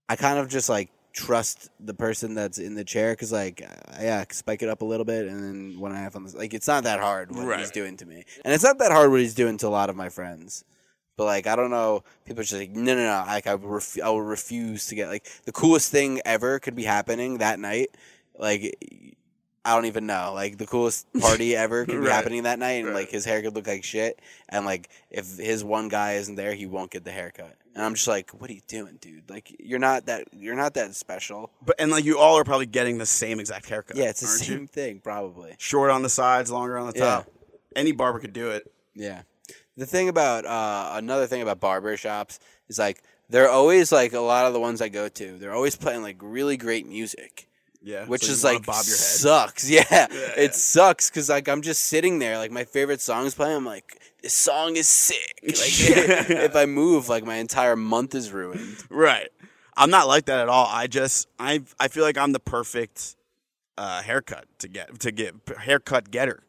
[SPEAKER 2] I kind of just like trust the person that's in the chair because like uh, yeah, I can spike it up a little bit, and then when I have on this, like it's not that hard what
[SPEAKER 1] Right.
[SPEAKER 2] he's doing to me, and it's not that hard what he's doing to a lot of my friends. But like I don't know, people are just like no no no, like I ref- I will refuse to get like the coolest thing ever could be happening that night, like I don't even know. Like the coolest party ever could be
[SPEAKER 1] Right.
[SPEAKER 2] happening that night, and
[SPEAKER 1] Right.
[SPEAKER 2] like his hair could look like shit. And like if his one guy isn't there, he won't get the haircut. And I'm just like, what are you doing, dude? Like you're not that you're not that special.
[SPEAKER 1] But and like you all are probably getting the same exact haircut.
[SPEAKER 2] Yeah, it's the
[SPEAKER 1] Uh, aren't you?
[SPEAKER 2] same thing, probably.
[SPEAKER 1] Short on the sides, longer on the
[SPEAKER 2] Yeah.
[SPEAKER 1] top. Any barber could do it.
[SPEAKER 2] Yeah. The thing about uh, another thing about barber shops is like they're always like a lot of the ones I go to. They're always playing like really great music.
[SPEAKER 1] Yeah.
[SPEAKER 2] which
[SPEAKER 1] Uh, So you
[SPEAKER 2] is
[SPEAKER 1] wanna
[SPEAKER 2] like
[SPEAKER 1] bob your head.
[SPEAKER 2] sucks. Yeah, it sucks because like I'm just sitting there, like my favorite song's playing. I'm like, this song is sick. Like if I move, like my entire month is ruined.
[SPEAKER 1] Right. I'm not like that at all. I just I I feel like I'm the perfect uh, haircut to get to get haircut getter.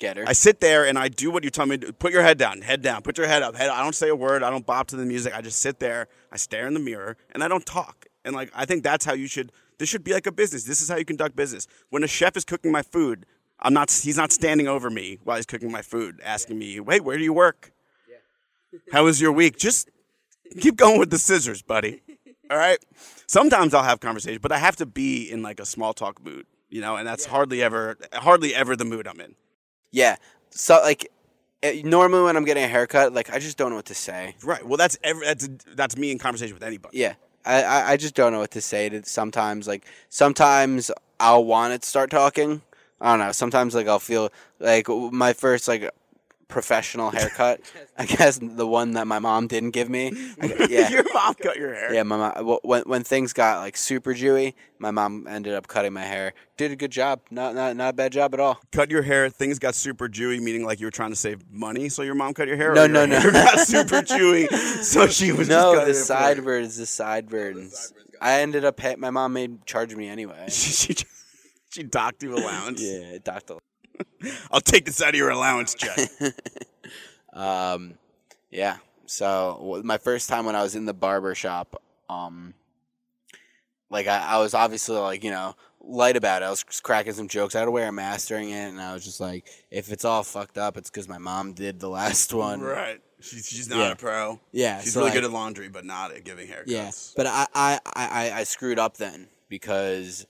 [SPEAKER 4] Getter.
[SPEAKER 1] I sit there and I do what you tell me to. Put your head down, head down, put your head up, head. I don't say a word. I don't bop to the music. I just sit there. I stare in the mirror and I don't talk. And like I think that's how you should. This should be like a business. This is how you conduct business. When a chef is cooking my food, I'm not. He's not standing over me while he's cooking my food, asking me, "Wait, where do you work? How was your week?" Just keep going with the scissors, buddy. All right. Sometimes I'll have conversations, but I have to be in like a small talk mood, you know, and that's hardly ever, hardly ever the mood I'm in.
[SPEAKER 2] Yeah, so like eh, normally when I'm getting a haircut, like I just don't know what to say.
[SPEAKER 1] Right. Well, that's every, that's that's me in conversation with anybody.
[SPEAKER 2] Yeah, I I, I just don't know what to say. To sometimes like sometimes I'll want to start talking. I don't know. Sometimes like I'll feel like my first like professional haircut. I guess the one that my mom didn't give me. I- yeah.
[SPEAKER 1] Your mom cut your hair.
[SPEAKER 2] Yeah, my mom. w- When when things got like super dewy, my mom ended up cutting my hair. Did a good job. Not not not a bad job at all.
[SPEAKER 1] Cut your hair. Things got super dewy, meaning like you were trying to save money, so your mom cut your hair.
[SPEAKER 2] No,
[SPEAKER 1] or
[SPEAKER 2] no,
[SPEAKER 1] your
[SPEAKER 2] no.
[SPEAKER 1] hair got super dewy, so she was just
[SPEAKER 2] No,
[SPEAKER 1] cutting
[SPEAKER 2] the
[SPEAKER 1] it for
[SPEAKER 2] side
[SPEAKER 1] you.
[SPEAKER 2] birds, the sideburns. I ended up. Pay- my mom made charge me anyway.
[SPEAKER 1] She, she she docked you allowance.
[SPEAKER 2] yeah, doctor.
[SPEAKER 1] I'll take this out of your allowance check.
[SPEAKER 2] Um, yeah. So w- my first time when I was in the barber shop, um, like I, I was obviously like you know light about it. I was cracking some jokes. I had to wear a mask during it, and I was just like, if it's all fucked up, it's because my mom did the last one.
[SPEAKER 1] Right. She's, she's not
[SPEAKER 2] Yeah.
[SPEAKER 1] a pro.
[SPEAKER 2] Yeah,
[SPEAKER 1] She's
[SPEAKER 2] so,
[SPEAKER 1] really
[SPEAKER 2] like-
[SPEAKER 1] good at laundry, but not at giving haircuts.
[SPEAKER 2] Yeah, but I, I, I, I- I screwed up then because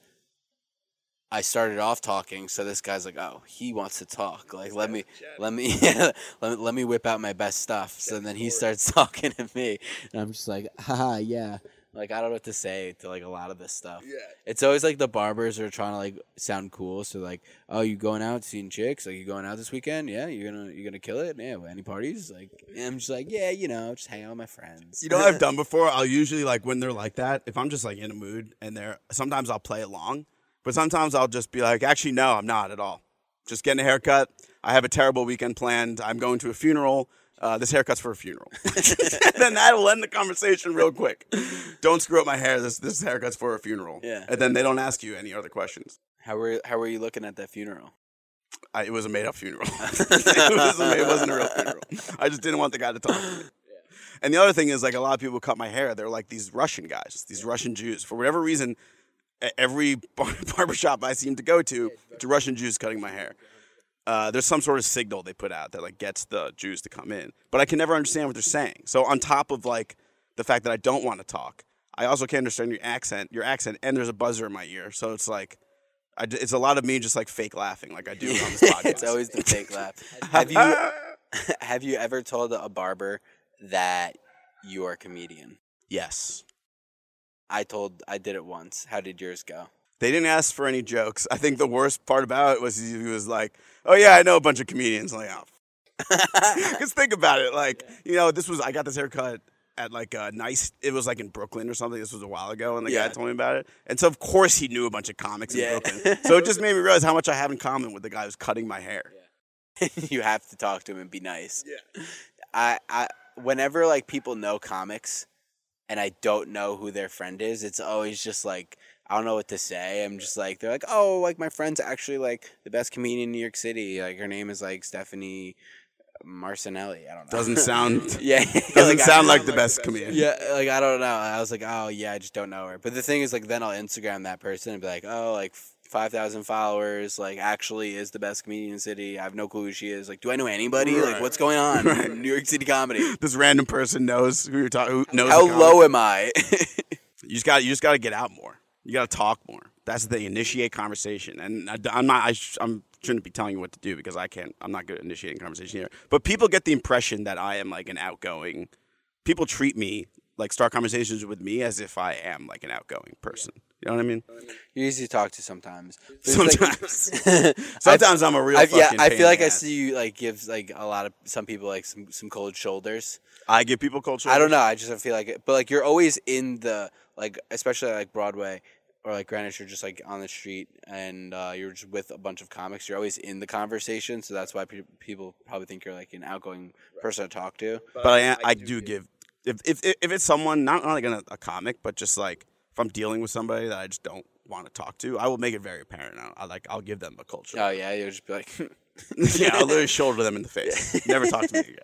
[SPEAKER 2] I started off talking. So this guy's like, "Oh, he wants to talk. Like, let me, let me, yeah, let me, let me whip out my best stuff." So then he starts talking to me, and I'm just like, "Haha, yeah." Like I don't know what to say to like a lot of this stuff.
[SPEAKER 1] Yeah.
[SPEAKER 2] It's always like the barbers are trying to like sound cool. So like, oh, you going out seeing chicks? Like you going out this weekend? Yeah, you're gonna you're gonna kill it. Yeah, any parties? Like, and I'm just like, yeah, you know, just hang out with my friends.
[SPEAKER 1] You know what I've done before? I'll usually like when they're like that, if I'm just like in a mood and they're sometimes I'll play along, but sometimes I'll just be like, actually no, I'm not at all. Just getting a haircut. I have a terrible weekend planned. I'm going to a funeral. Uh, this haircut's for a funeral. then that'll end the conversation real quick. Don't screw up my hair. This this haircut's for a funeral.
[SPEAKER 2] Yeah.
[SPEAKER 1] And then they don't ask you any other questions.
[SPEAKER 2] How were how were you looking at that funeral?
[SPEAKER 1] I, it was a made up funeral. it, was a, it wasn't a real funeral. I just didn't want the guy to talk to me. And the other thing is, like, a lot of people cut my hair. They're like these Russian guys, these Russian Jews. For whatever reason, e- every bar- barbershop I seem to go to, it's a Russian Jews cutting my hair. Uh, there's some sort of signal they put out that like gets the Jews to come in, but I can never understand what they're saying. So on top of like the fact that I don't want to talk, I also can't understand your accent, your accent, and there's a buzzer in my ear. So it's like, I d it's a lot of me just like fake laughing, like I do on this podcast.
[SPEAKER 2] It's always the fake laugh. Have you have you ever told a barber that you are a comedian?
[SPEAKER 1] yes.
[SPEAKER 2] I told I did it once. How did yours go?
[SPEAKER 1] They didn't ask for any jokes. I think the worst part about it was he was like, "Oh yeah, I know a bunch of comedians." I'm like, oh, because think about it, like you know, this was I got this haircut at like a nice. It was like in Brooklyn or something. This was a while ago, and the
[SPEAKER 2] Yeah.
[SPEAKER 1] guy told me about it. And so of course he knew a bunch of comics
[SPEAKER 2] Yeah.
[SPEAKER 1] in Brooklyn. So it just made me realize how much I have in common with the guy who's cutting my hair.
[SPEAKER 2] you have to talk to him and be nice. Yeah. I I whenever like people know comics and I don't know who their friend is, it's always just like I don't know what to say. I'm just like they're like, "Oh, like my friend's actually like the best comedian in New York City. Like her name is like Stephanie Marcinelli. I don't know.
[SPEAKER 1] Doesn't sound
[SPEAKER 2] yeah.
[SPEAKER 1] doesn't
[SPEAKER 2] I-
[SPEAKER 1] sound like the best comedian.
[SPEAKER 2] Yeah, like I don't know. I was like, oh yeah, I just don't know her. But the thing is, like, then I'll Instagram that person and be like, oh, like five thousand followers, like actually is the best comedian in the city. I have no clue who she is. Like, do I know anybody? Like,
[SPEAKER 1] Right.
[SPEAKER 2] what's going on? in New York City comedy.
[SPEAKER 1] This random person knows who you're talking. Who knows?
[SPEAKER 2] How
[SPEAKER 1] the comic.
[SPEAKER 2] low am I?
[SPEAKER 1] You just got you just got to get out more. You got to talk more. That's the thing. Initiate conversation. And I, am not. I sh- I'm shouldn't be telling you what to do because I can't. I'm not good at initiating conversation here. But people get the impression that I am like an outgoing. People treat me like start conversations with me as if I am like an outgoing person. You know what I mean?
[SPEAKER 2] You're easy to talk to sometimes. There's, like-
[SPEAKER 1] Sometimes, sometimes I'm a real.
[SPEAKER 2] I've- yeah,
[SPEAKER 1] fucking
[SPEAKER 2] I
[SPEAKER 1] pain
[SPEAKER 2] feel
[SPEAKER 1] in
[SPEAKER 2] like
[SPEAKER 1] the
[SPEAKER 2] I
[SPEAKER 1] ass.
[SPEAKER 2] see you like give like a lot of some people like some some cold shoulders.
[SPEAKER 1] I give people culture.
[SPEAKER 2] I don't know. I just feel like it. But like you're always in the like, especially like Broadway or like Greenwich. You're just like on the street and uh, you're just with a bunch of comics. You're always in the conversation, so that's why pe- people probably think you're like an outgoing person to talk to.
[SPEAKER 1] but I, I, do give if, if if it's someone not not like a, a comic, but just like if I'm dealing with somebody that I just don't want to talk to, I will make it very apparent. I, I like I'll give them a culture.
[SPEAKER 2] Oh yeah, you'll just be like,
[SPEAKER 1] yeah, I'll literally shoulder them in the face. Never talk to me again.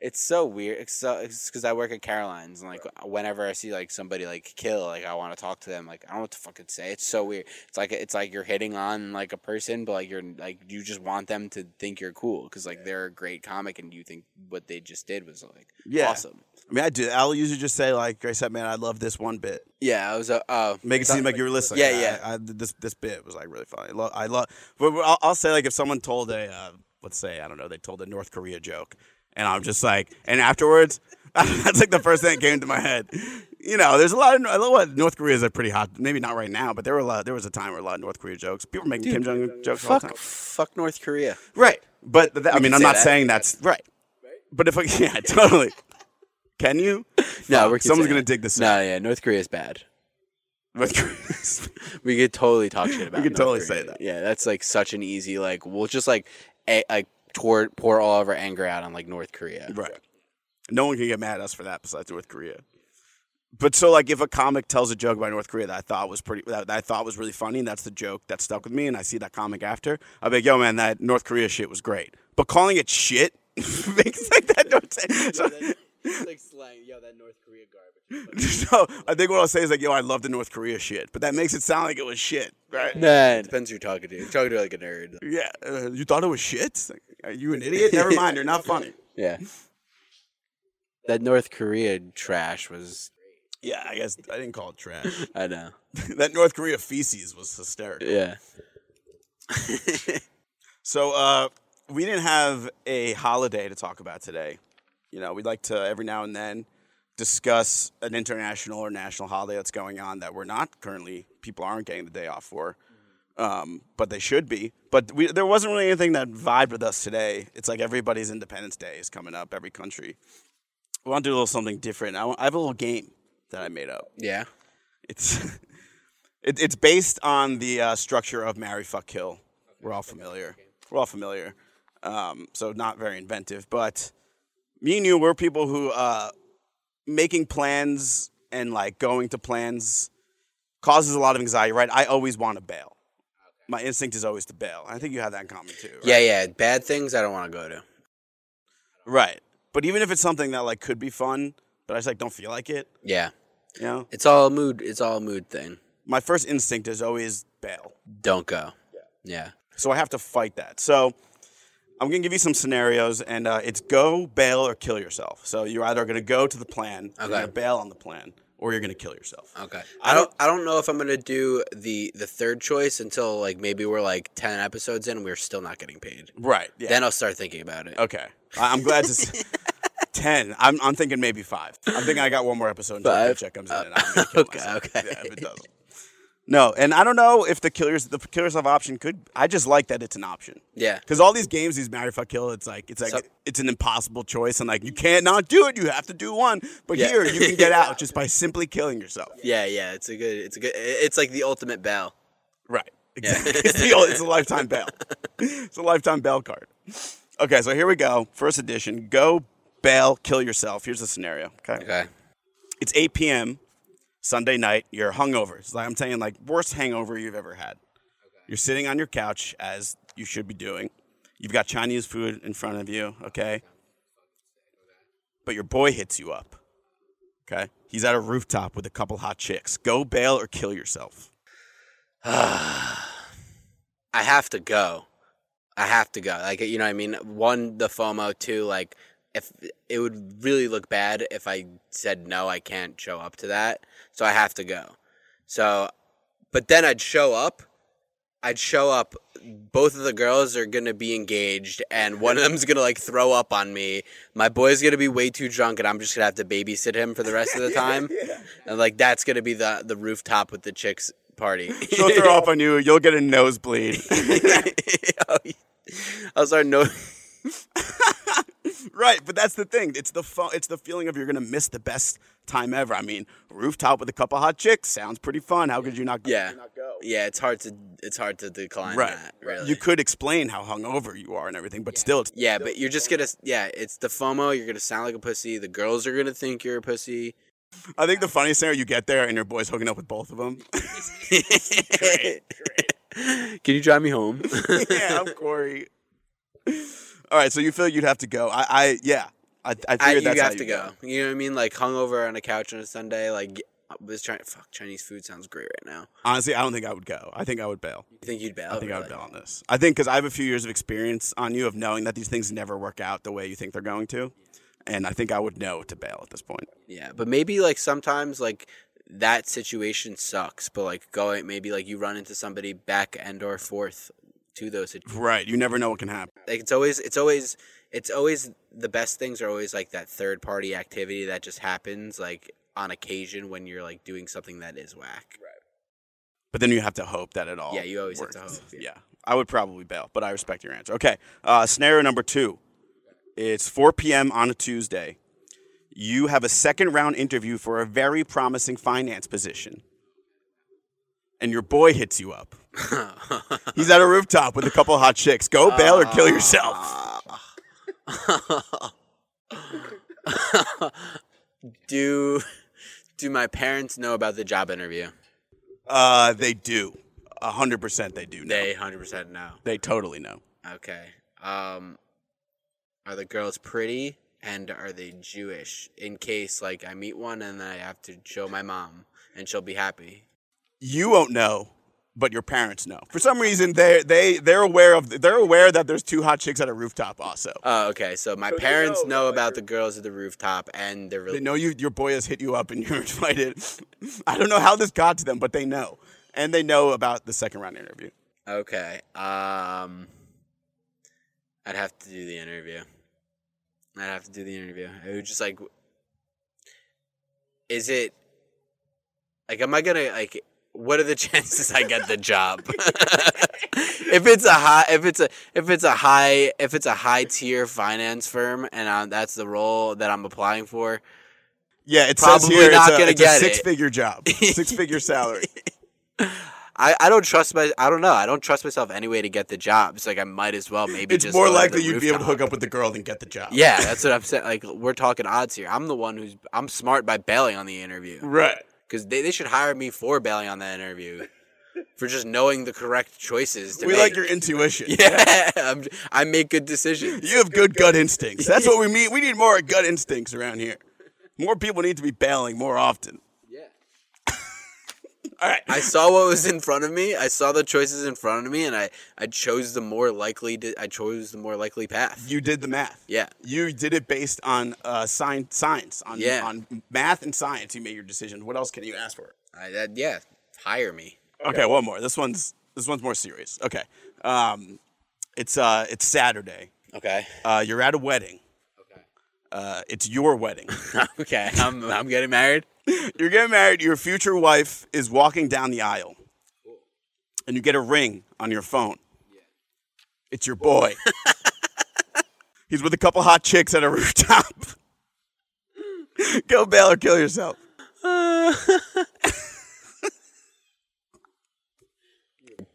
[SPEAKER 2] it's so weird. It's so it's because I work at Caroline's and like whenever I see like somebody like kill, like I want to talk to them. Like I don't know what to fucking say. It's so weird. It's like it's like you're hitting on like a person, but like you're like you just want them to think you're cool because like they're a great comic and you think what they just did was like
[SPEAKER 1] Yeah.
[SPEAKER 2] awesome.
[SPEAKER 1] I mean, I do. I'll usually just say like, "Grace, said, man, I love this one bit."
[SPEAKER 2] Yeah, I was uh, uh
[SPEAKER 1] Make it seem like you were listening.
[SPEAKER 2] Yeah,
[SPEAKER 1] I-
[SPEAKER 2] yeah.
[SPEAKER 1] I, this this bit was like really funny. I love. I love but but I'll, I'll say like if someone told a uh, let's say I don't know they told a North Korea joke, and I'm just like, and afterwards, that's like the first thing that came to my head. You know, there's a lot of I know what North Korea is a pretty hot. Maybe not right now, but there were a lot. There was a time where a lot of North Korea jokes. People were making Kim Jong Un jokes all the
[SPEAKER 2] fuck
[SPEAKER 1] time.
[SPEAKER 2] fuck North Korea.
[SPEAKER 1] Right, but th- I mean,
[SPEAKER 2] can
[SPEAKER 1] I'm
[SPEAKER 2] say
[SPEAKER 1] not
[SPEAKER 2] that.
[SPEAKER 1] saying that's right. But if I, yeah, totally. Can you?
[SPEAKER 2] No, we're
[SPEAKER 1] Someone's
[SPEAKER 2] gonna
[SPEAKER 1] gonna dig this.
[SPEAKER 2] No, yeah, North Korea is bad.
[SPEAKER 1] North Korea.
[SPEAKER 2] We could totally talk shit about.
[SPEAKER 1] could
[SPEAKER 2] North
[SPEAKER 1] totally
[SPEAKER 2] Korea.
[SPEAKER 1] say that.
[SPEAKER 2] Yeah, that's like such an easy like we'll just like a- like pour pour all of our anger out on like North Korea.
[SPEAKER 1] Right. No one can get mad at us for that besides North Korea. But so like if a comic tells a joke about North Korea that I thought was pretty that, that I thought was really funny and that's the joke that stuck with me and I see that comic after, I'll be like, yo man, that North Korea shit was great. But calling it shit makes like that don't say so,
[SPEAKER 3] It's like slang. Yo, that North Korea garbage.
[SPEAKER 1] so I think what I'll say is like, yo, I love the North Korea shit, but that makes it sound like it was shit, right?
[SPEAKER 2] Nerd.
[SPEAKER 3] Depends who you're talking to. You're talking to like a nerd.
[SPEAKER 1] Yeah, uh, you thought it was shit. Like, are you an idiot? Never mind, you're not funny.
[SPEAKER 2] Yeah. That North Korea trash was.
[SPEAKER 1] Yeah, I guess I didn't call it trash.
[SPEAKER 2] I know.
[SPEAKER 1] that North Korea feces was hysterical.
[SPEAKER 2] Yeah.
[SPEAKER 1] So uh, we didn't have a holiday to talk about today. You know, we'd like to every now and then discuss an international or national holiday that's going on that we're not currently people aren't getting the day off for, um, but they should be. But we, there wasn't really anything that vibed with us today. It's like everybody's Independence Day is coming up, every country. We want to do a little something different. I, want, I have a little game that I made up.
[SPEAKER 3] Yeah.
[SPEAKER 1] It's it, it's based on the uh, structure of marry, fuck, kill. We're all familiar. We're all familiar. Um, so not very inventive, but me and you were people who uh, making plans and like going to plans causes a lot of anxiety, right? I always want to bail. My instinct is always to bail. I think you have that in common too. Right?
[SPEAKER 2] Yeah, yeah. Bad things I don't want to go to.
[SPEAKER 1] Right. But even if it's something that like could be fun, but I just like don't feel like it,
[SPEAKER 2] Yeah.
[SPEAKER 1] you know,
[SPEAKER 2] It's all a mood. It's all a mood thing.
[SPEAKER 1] my first instinct is always bail.
[SPEAKER 2] Don't go. Yeah.
[SPEAKER 1] So I have to fight that. So I'm going to give you some scenarios, and uh, it's go, bail, or kill yourself. So you're either going to go to the plan, you're
[SPEAKER 2] Okay.
[SPEAKER 1] going to bail on the plan, or you're going to kill yourself.
[SPEAKER 2] Okay. I don't. I don't know if I'm gonna do the the third choice until like maybe we're like ten episodes in. and We're still not getting paid.
[SPEAKER 1] Right. Yeah.
[SPEAKER 2] Then I'll start thinking about it.
[SPEAKER 1] okay. I- I'm glad to. s- Ten. I'm, I'm thinking maybe five. I'm thinking I got one more episode until the
[SPEAKER 2] Five.
[SPEAKER 1] paycheck comes in. And I'm gonna kill
[SPEAKER 2] okay,
[SPEAKER 1] myself.
[SPEAKER 2] okay.
[SPEAKER 1] Yeah, if it doesn't. No, and I don't know if the killers the kill yourself option could. I just like that it's an option.
[SPEAKER 2] Yeah.
[SPEAKER 1] Because all these games, these marry fuck kill, it's like it's like
[SPEAKER 2] So-
[SPEAKER 1] it's an impossible choice, and like you can't not do it. You have to do one. But
[SPEAKER 2] Yeah.
[SPEAKER 1] here, you can get out just by simply killing yourself.
[SPEAKER 2] Yeah, yeah. It's a good. It's a good. It's like the ultimate bell.
[SPEAKER 1] Right. Exactly. it's, the, old- it's a lifetime bail. It's a lifetime bail card. Okay, so here we go. First edition. Go bail, kill yourself. Here's the scenario. Okay.
[SPEAKER 2] Okay.
[SPEAKER 1] It's 8 p.m. Sunday night. You're hungover. It's like I'm saying, like worst hangover you've ever had. You're sitting on your couch as you should be doing. You've got Chinese food in front of you, okay? But your boy hits you up. Okay? He's at a rooftop with a couple hot chicks. Go bail or kill yourself.
[SPEAKER 2] I have to go. I have to go. Like you know, what I mean, one the FOMO, two like if it would really look bad if I said no, I can't show up to that. So I have to go. So, but then I'd show up. I'd show up. Both of the girls are gonna be engaged, and one of them's gonna like throw up on me. My boy's gonna be way too drunk, and I'm just gonna have to babysit him for the rest of the time. And like that's gonna be the the rooftop with the chicks party.
[SPEAKER 1] She'll throw up on you. You'll get a nosebleed.
[SPEAKER 2] I'll start no.
[SPEAKER 1] right, but that's the thing. It's the fu- it's the feeling of you're gonna miss the best time ever. I mean, rooftop with a couple hot chicks sounds pretty fun. How could you not?
[SPEAKER 2] Yeah, yeah. It's hard to it's hard to decline
[SPEAKER 1] Right.
[SPEAKER 2] that. Really.
[SPEAKER 1] You could explain how hungover you are and everything, but still, it's,
[SPEAKER 2] yeah, but you're just gonna yeah. It's the FOMO. You're gonna sound like a pussy. The girls are gonna think you're a pussy.
[SPEAKER 1] I think the funniest scenario you get there and your boy's hooking up with both of them.
[SPEAKER 2] Can you drive me home?
[SPEAKER 1] yeah, I'm Corey. All right, so you feel you'd have to go. I, I yeah, I, I figured
[SPEAKER 2] I, you
[SPEAKER 1] that's how
[SPEAKER 2] have
[SPEAKER 1] you
[SPEAKER 2] to go. You know what I mean? Like hungover on a couch on a Sunday. Like I was trying. Fuck, Chinese food sounds great right now.
[SPEAKER 1] Honestly, I don't think I would go. I think I would bail.
[SPEAKER 2] You think you'd bail?
[SPEAKER 1] I think I would bail on this. I think because I have a few years of experience on you of knowing that these things never work out the way you think they're going to, and I think I would know to bail at this point.
[SPEAKER 2] Yeah, but maybe like sometimes like that situation sucks, but like going maybe like you run into somebody back and or forth to those situations.
[SPEAKER 1] Right? You never know what can happen.
[SPEAKER 2] like it's always it's always it's always the best things are always like that third party activity that just happens like on occasion when you're like doing something that is whack.
[SPEAKER 1] But then you have to hope that it all.
[SPEAKER 2] Yeah, you always have to
[SPEAKER 1] works.
[SPEAKER 2] hope,
[SPEAKER 1] Yeah.
[SPEAKER 2] yeah.
[SPEAKER 1] I would probably bail, but I respect your answer. Okay, uh, scenario number two. It's 4 p.m. on a Tuesday. You have a second round interview for a very promising finance position, and your boy hits you up. He's at a rooftop with a couple hot chicks. Go bail or kill yourself.
[SPEAKER 2] Ah. Do do my parents know about the job interview?
[SPEAKER 1] Uh, they do. A hundred percent, they do. Know. They
[SPEAKER 2] They 100% know.
[SPEAKER 1] they totally know.
[SPEAKER 2] Okay. Um are the girls pretty? and are they Jewish? In case like I meet one and I have to show my mom and she'll be happy.
[SPEAKER 1] You won't know, but your parents know. For some reason, they they they're aware of they're aware that there's two hot chicks at a rooftop. Also,
[SPEAKER 2] Oh, okay. So my parents know, about the girls at the rooftop and they're
[SPEAKER 1] they
[SPEAKER 2] really
[SPEAKER 1] know you your boy has hit you up and you're invited. I don't know how this got to them, but they know, and they know about the second round interview.
[SPEAKER 2] okay. Um, I'd have to do the interview. I'd have to do the interview. It would just like, is it like, am I gonna like? What are the chances I get the job? if it's a high, if it's a, if it's a high, if it's a high tier finance firm, and i that's the role that I'm applying for,
[SPEAKER 1] Yeah, it says
[SPEAKER 2] Probably
[SPEAKER 1] here
[SPEAKER 2] not
[SPEAKER 1] it's a,
[SPEAKER 2] gonna
[SPEAKER 1] it's
[SPEAKER 2] get
[SPEAKER 1] a
[SPEAKER 2] it.
[SPEAKER 1] six figure job, six figure salary.
[SPEAKER 2] I, I don't trust my I don't know I don't trust myself anyway to get the job. It's like I might as well maybe.
[SPEAKER 1] It's
[SPEAKER 2] just
[SPEAKER 1] more
[SPEAKER 2] go to
[SPEAKER 1] likely
[SPEAKER 2] the
[SPEAKER 1] you'd be able to
[SPEAKER 2] rooftop.
[SPEAKER 1] hook up with the girl than get the job.
[SPEAKER 2] Yeah, that's what I'm saying. Like we're talking odds here. I'm the one who's I'm smart by bailing on the interview
[SPEAKER 1] right.
[SPEAKER 2] because they, they should hire me for bailing on that interview for just knowing the correct choices to
[SPEAKER 1] We
[SPEAKER 2] make.
[SPEAKER 1] like your intuition.
[SPEAKER 2] yeah, I'm, I make good decisions.
[SPEAKER 1] You have good gut instincts. That's what we need. We need more gut instincts around here. More people need to be bailing more often.
[SPEAKER 2] Yeah.
[SPEAKER 1] All right.
[SPEAKER 2] I saw what was in front of me. I saw the choices in front of me, and I I chose the more likely. To, I chose the more likely path.
[SPEAKER 1] You did the math.
[SPEAKER 2] Yeah.
[SPEAKER 1] You did it based on uh, science, science on,
[SPEAKER 2] Yeah.
[SPEAKER 1] on math and science. You made your decision. What else can you ask for?
[SPEAKER 2] I, that, yeah, hire me.
[SPEAKER 1] Okay, one more. This one's this one's more serious. Okay, um, it's uh, it's Saturday.
[SPEAKER 2] Okay.
[SPEAKER 1] Uh, you're at a wedding.
[SPEAKER 2] Okay.
[SPEAKER 1] Uh, it's your wedding.
[SPEAKER 2] okay. I'm I'm getting married.
[SPEAKER 1] You're getting married. Your future wife is walking down the aisle, and you get a ring on your phone. It's your boy. He's with a couple hot chicks at a rooftop. Go bail or kill yourself.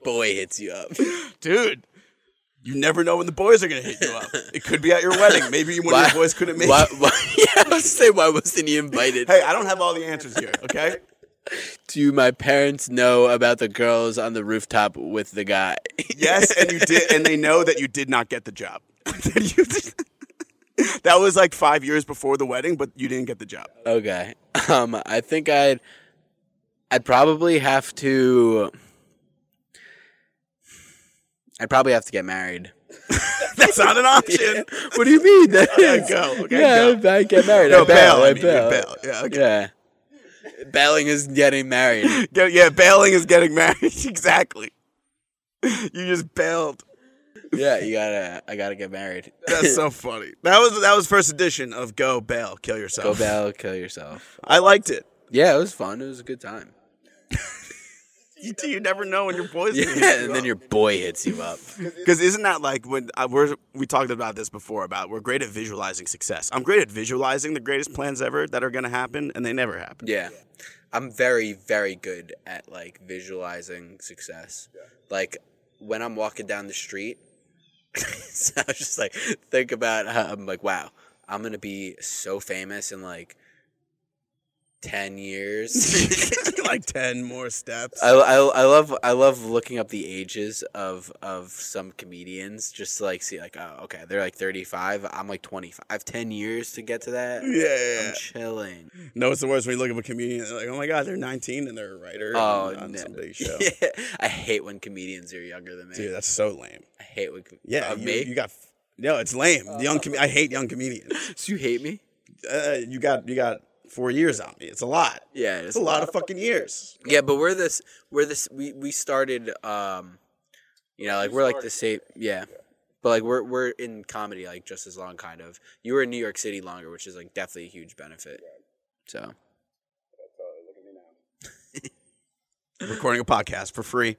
[SPEAKER 2] Boy hits you up.
[SPEAKER 1] dude. You never know when the boys are gonna hit you up. It could be at your wedding. Maybe one of your boys couldn't make
[SPEAKER 2] why,
[SPEAKER 1] it.
[SPEAKER 2] why, yeah, I was saying, why wasn't he invited?
[SPEAKER 1] Hey, I don't have all the answers here. Okay,
[SPEAKER 2] Do my parents know about the girls on the rooftop with the guy?
[SPEAKER 1] yes, and you did, and they know that you did not get the job. That you did- that was like five years before the wedding, but you didn't get the job.
[SPEAKER 2] okay. Um, I think I'd I'd probably have to I'd probably have to get married.
[SPEAKER 1] That's not an option.
[SPEAKER 2] What do you mean? That
[SPEAKER 1] Yeah, go. Okay,
[SPEAKER 2] yeah,
[SPEAKER 1] go.
[SPEAKER 2] I, I get married.
[SPEAKER 1] No,
[SPEAKER 2] I bail.
[SPEAKER 1] bail, I
[SPEAKER 2] I
[SPEAKER 1] mean, you
[SPEAKER 2] bail.
[SPEAKER 1] bail. Yeah, okay.
[SPEAKER 2] yeah. Bailing is getting married.
[SPEAKER 1] Get- yeah, bailing is getting married. exactly. You just bailed.
[SPEAKER 2] Yeah, you gotta. I gotta get married.
[SPEAKER 1] That's so funny. That was that was first edition of Go Bail, Kill
[SPEAKER 2] Go
[SPEAKER 1] Yourself.
[SPEAKER 2] battle, kill yourself.
[SPEAKER 1] I liked it.
[SPEAKER 2] Yeah, it was fun. It was a good time.
[SPEAKER 1] You, you never know when your boys. are
[SPEAKER 2] Yeah,
[SPEAKER 1] gonna hit you
[SPEAKER 2] and
[SPEAKER 1] up.
[SPEAKER 2] then your boy hits you up.
[SPEAKER 1] Because isn't that like when I, we're we talked about this before about we're great at visualizing success. I'm great at visualizing the greatest plans ever that are going to happen, and they never happen.
[SPEAKER 2] Yeah, I'm very, very good at like visualizing success. Like when I'm walking down the street, so I was just like think about how I'm like, wow, I'm gonna be so famous in like ten years.
[SPEAKER 1] like ten more steps.
[SPEAKER 2] I, I, I love I love looking up the ages of of some comedians just to like see like oh okay they're like 35 I'm like 25 I have 10 years to get to that
[SPEAKER 1] yeah, yeah, yeah.
[SPEAKER 2] I'm chilling
[SPEAKER 1] No, it's the worst when you look at a comedian. They're like, oh my god, they're 19 and they're a writer
[SPEAKER 2] oh
[SPEAKER 1] on, on
[SPEAKER 2] no.
[SPEAKER 1] some big show.
[SPEAKER 2] Yeah. I hate when comedians are younger than me
[SPEAKER 1] Dude, that's so lame.
[SPEAKER 2] I hate when com-
[SPEAKER 1] Yeah,
[SPEAKER 2] uh,
[SPEAKER 1] you,
[SPEAKER 2] me
[SPEAKER 1] you got. No, it's lame. The young com- I hate young comedians.
[SPEAKER 2] So you hate me
[SPEAKER 1] Uh, you got you got four years on me. It's a lot.
[SPEAKER 2] yeah
[SPEAKER 1] It's a lot of fucking years.
[SPEAKER 2] Yeah, but we're this we're this we we started um you know, like we're like the same yeah. But like we're we're in comedy like just as long kind of. You were in New York City longer, which is like definitely a huge benefit. So
[SPEAKER 1] recording a podcast for free.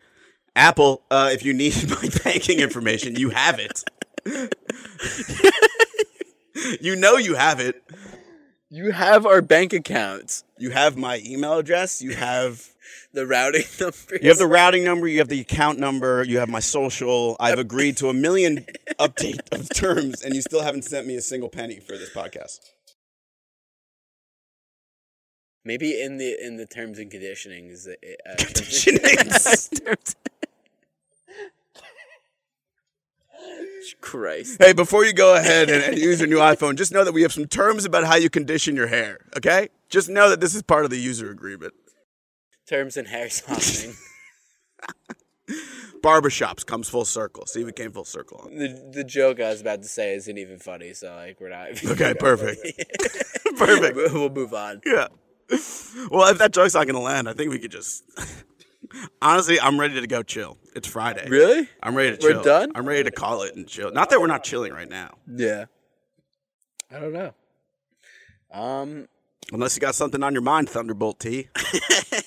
[SPEAKER 1] Apple, uh, if you need my banking information, you have it. you know you have it.
[SPEAKER 2] you have our bank accounts,
[SPEAKER 1] You have my email address. You have
[SPEAKER 2] the routing numbers.
[SPEAKER 1] you have the routing number. You have the account number. You have my social. I've agreed to a million update of terms, and you still haven't sent me a single penny for this podcast.
[SPEAKER 2] Maybe in the in the terms and conditionings uh, uh,
[SPEAKER 1] Conditionings.
[SPEAKER 2] terms- Christ.
[SPEAKER 1] Hey, before you go ahead and, and use your new iPhone, just know that we have some terms about how you condition your hair, okay? Just know that this is part of the user agreement.
[SPEAKER 2] Terms and hair softening.
[SPEAKER 1] Barbershops comes full circle. See, we came full circle. on
[SPEAKER 2] the the joke I was about to say isn't even funny, so like we're not. even
[SPEAKER 1] Okay,
[SPEAKER 2] gonna-
[SPEAKER 1] perfect. Perfect.
[SPEAKER 2] We'll we'll move on.
[SPEAKER 1] Yeah. Well, if that joke's not going to land, I think we could just. Honestly, I'm ready to go chill. It's Friday.
[SPEAKER 2] Really?
[SPEAKER 1] I'm ready to
[SPEAKER 2] We're
[SPEAKER 1] chill.
[SPEAKER 2] done?
[SPEAKER 1] I'm ready to call it and chill. Not that we're not chilling right now.
[SPEAKER 2] Yeah. I don't know. Um.
[SPEAKER 1] Unless you got something on your mind, Thunderbolt T. Your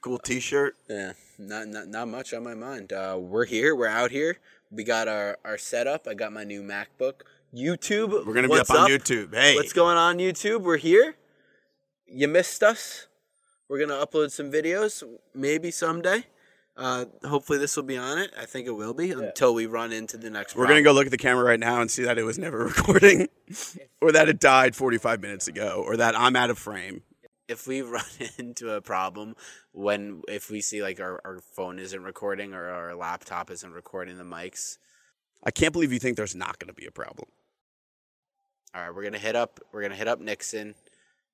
[SPEAKER 1] cool t shirt.
[SPEAKER 2] Yeah. Not not not much on my mind. Uh, we're here. We're out here. We got our our setup. I got my new MacBook. YouTube.
[SPEAKER 1] We're going to be
[SPEAKER 2] what's
[SPEAKER 1] up on YouTube. Hey.
[SPEAKER 2] What's going on, YouTube? We're here. You missed us. We're gonna upload some videos, maybe someday. Uh, hopefully, this will be on it. I think it will be until we run into the next.
[SPEAKER 1] We're going to go look at the camera right now and see that it was never recording or that it died 45 minutes ago or that I'm out of frame.
[SPEAKER 2] If we run into a problem when if we see like our, our phone isn't recording or our laptop isn't recording the mics,
[SPEAKER 1] I can't believe you think there's not going to be a problem.
[SPEAKER 2] all right, we're gonna hit up. We're gonna hit up Nixon.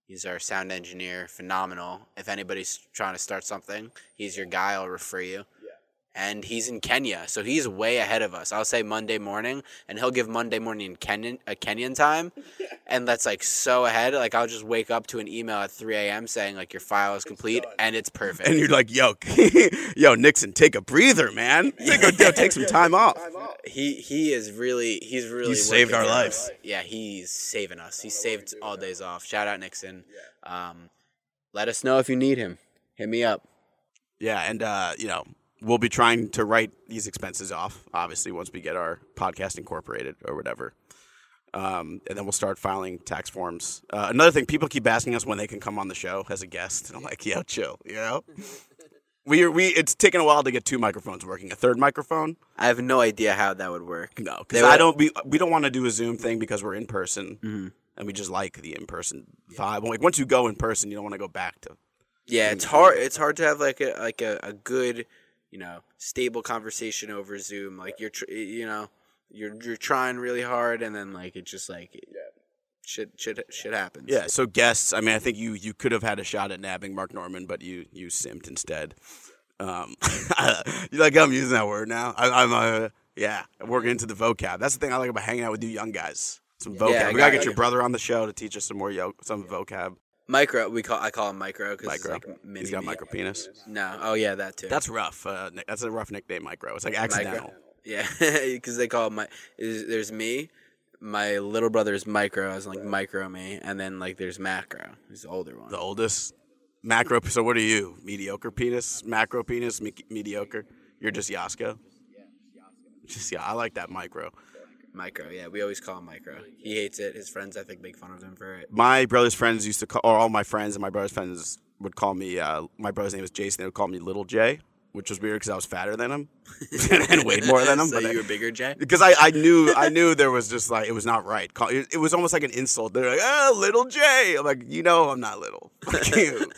[SPEAKER 2] He's our sound engineer, phenomenal. If anybody's trying to start something, he's your guy. I'll refer you. And he's in Kenya, so he's way ahead of us. I'll say Monday morning, and he'll give Monday morning Kenyan uh, Kenyan time, and that's like so ahead. Like I'll just wake up to an email at 3 a.m. saying like your file is complete and it's perfect.
[SPEAKER 1] And you're like, yo, yo, Nixon, take a breather, man. Take, a- yo, take some time off.
[SPEAKER 2] he he is really he's really
[SPEAKER 1] He's saved our
[SPEAKER 2] working for us.
[SPEAKER 1] lives.
[SPEAKER 2] Yeah, he's saving us. He saved all days off. Shout out Nixon. Um, let us know if you need him. Hit me up.
[SPEAKER 1] Yeah, and uh, you know, we'll be trying to write these expenses off, obviously, once we get our podcast incorporated or whatever. Um, and then we'll start filing tax forms. Uh, another thing, people keep asking us when they can come on the show as a guest, and I'm like, yo, chill, you know. We are, we it's taken a while to get two microphones working. A third microphone,
[SPEAKER 2] I have no idea how that would work.
[SPEAKER 1] no, because I
[SPEAKER 2] They were- Mm-hmm.
[SPEAKER 1] don't be we don't want to do a Zoom thing because we're in person, and we just like the in person vibe. Like once you go in person, you don't want to go back to
[SPEAKER 2] Yeah, it's hard. It's hard to have like a like a, a good, you know, stable conversation over Zoom. Like you're, tr- you know, you're you're trying really hard, and then like it just like shit shit shit happens.
[SPEAKER 1] Yeah, so guests. I mean, I think you you could have had a shot at nabbing Mark Norman, but you you simped instead. Um, you like I'm using that word now. I, I'm uh, yeah, working into the vocab. That's the thing I like about hanging out with you young guys. Some vocab.
[SPEAKER 2] Yeah,
[SPEAKER 1] we gotta
[SPEAKER 2] exactly.
[SPEAKER 1] get your brother on the show to teach us some more yo some vocab.
[SPEAKER 2] micro. We call I call him micro because
[SPEAKER 1] Micro.
[SPEAKER 2] like mini
[SPEAKER 1] He's got
[SPEAKER 2] me.
[SPEAKER 1] micro penis.
[SPEAKER 2] No, oh yeah, that too.
[SPEAKER 1] That's rough. Uh, Nick- that's a rough nickname, micro. It's like accidental.
[SPEAKER 2] Micro. Yeah, because they call my is, there's me, my little brother's micro is like micro me, and then like there's macro, who's the older one.
[SPEAKER 1] The oldest macro. So what are you? Mediocre penis. Macro penis. Me- mediocre. You're just Yasko. Just yeah, I like that micro.
[SPEAKER 2] Micro, yeah, we always call him micro. He hates it. His friends, I think, make fun of him for it.
[SPEAKER 1] my brother's friends used to call, or all my friends and my brother's friends would call me. Uh, my brother's name was Jason. They would call me Little J, which was weird because I was fatter than him and weighed more than him.
[SPEAKER 2] so
[SPEAKER 1] but
[SPEAKER 2] you were bigger, Jay.
[SPEAKER 1] because I, I knew I knew there was just like it was not right. Call, it, it was almost like an insult. They're like, "Ah, little J." I'm like, you know, I'm not little. Fuck you,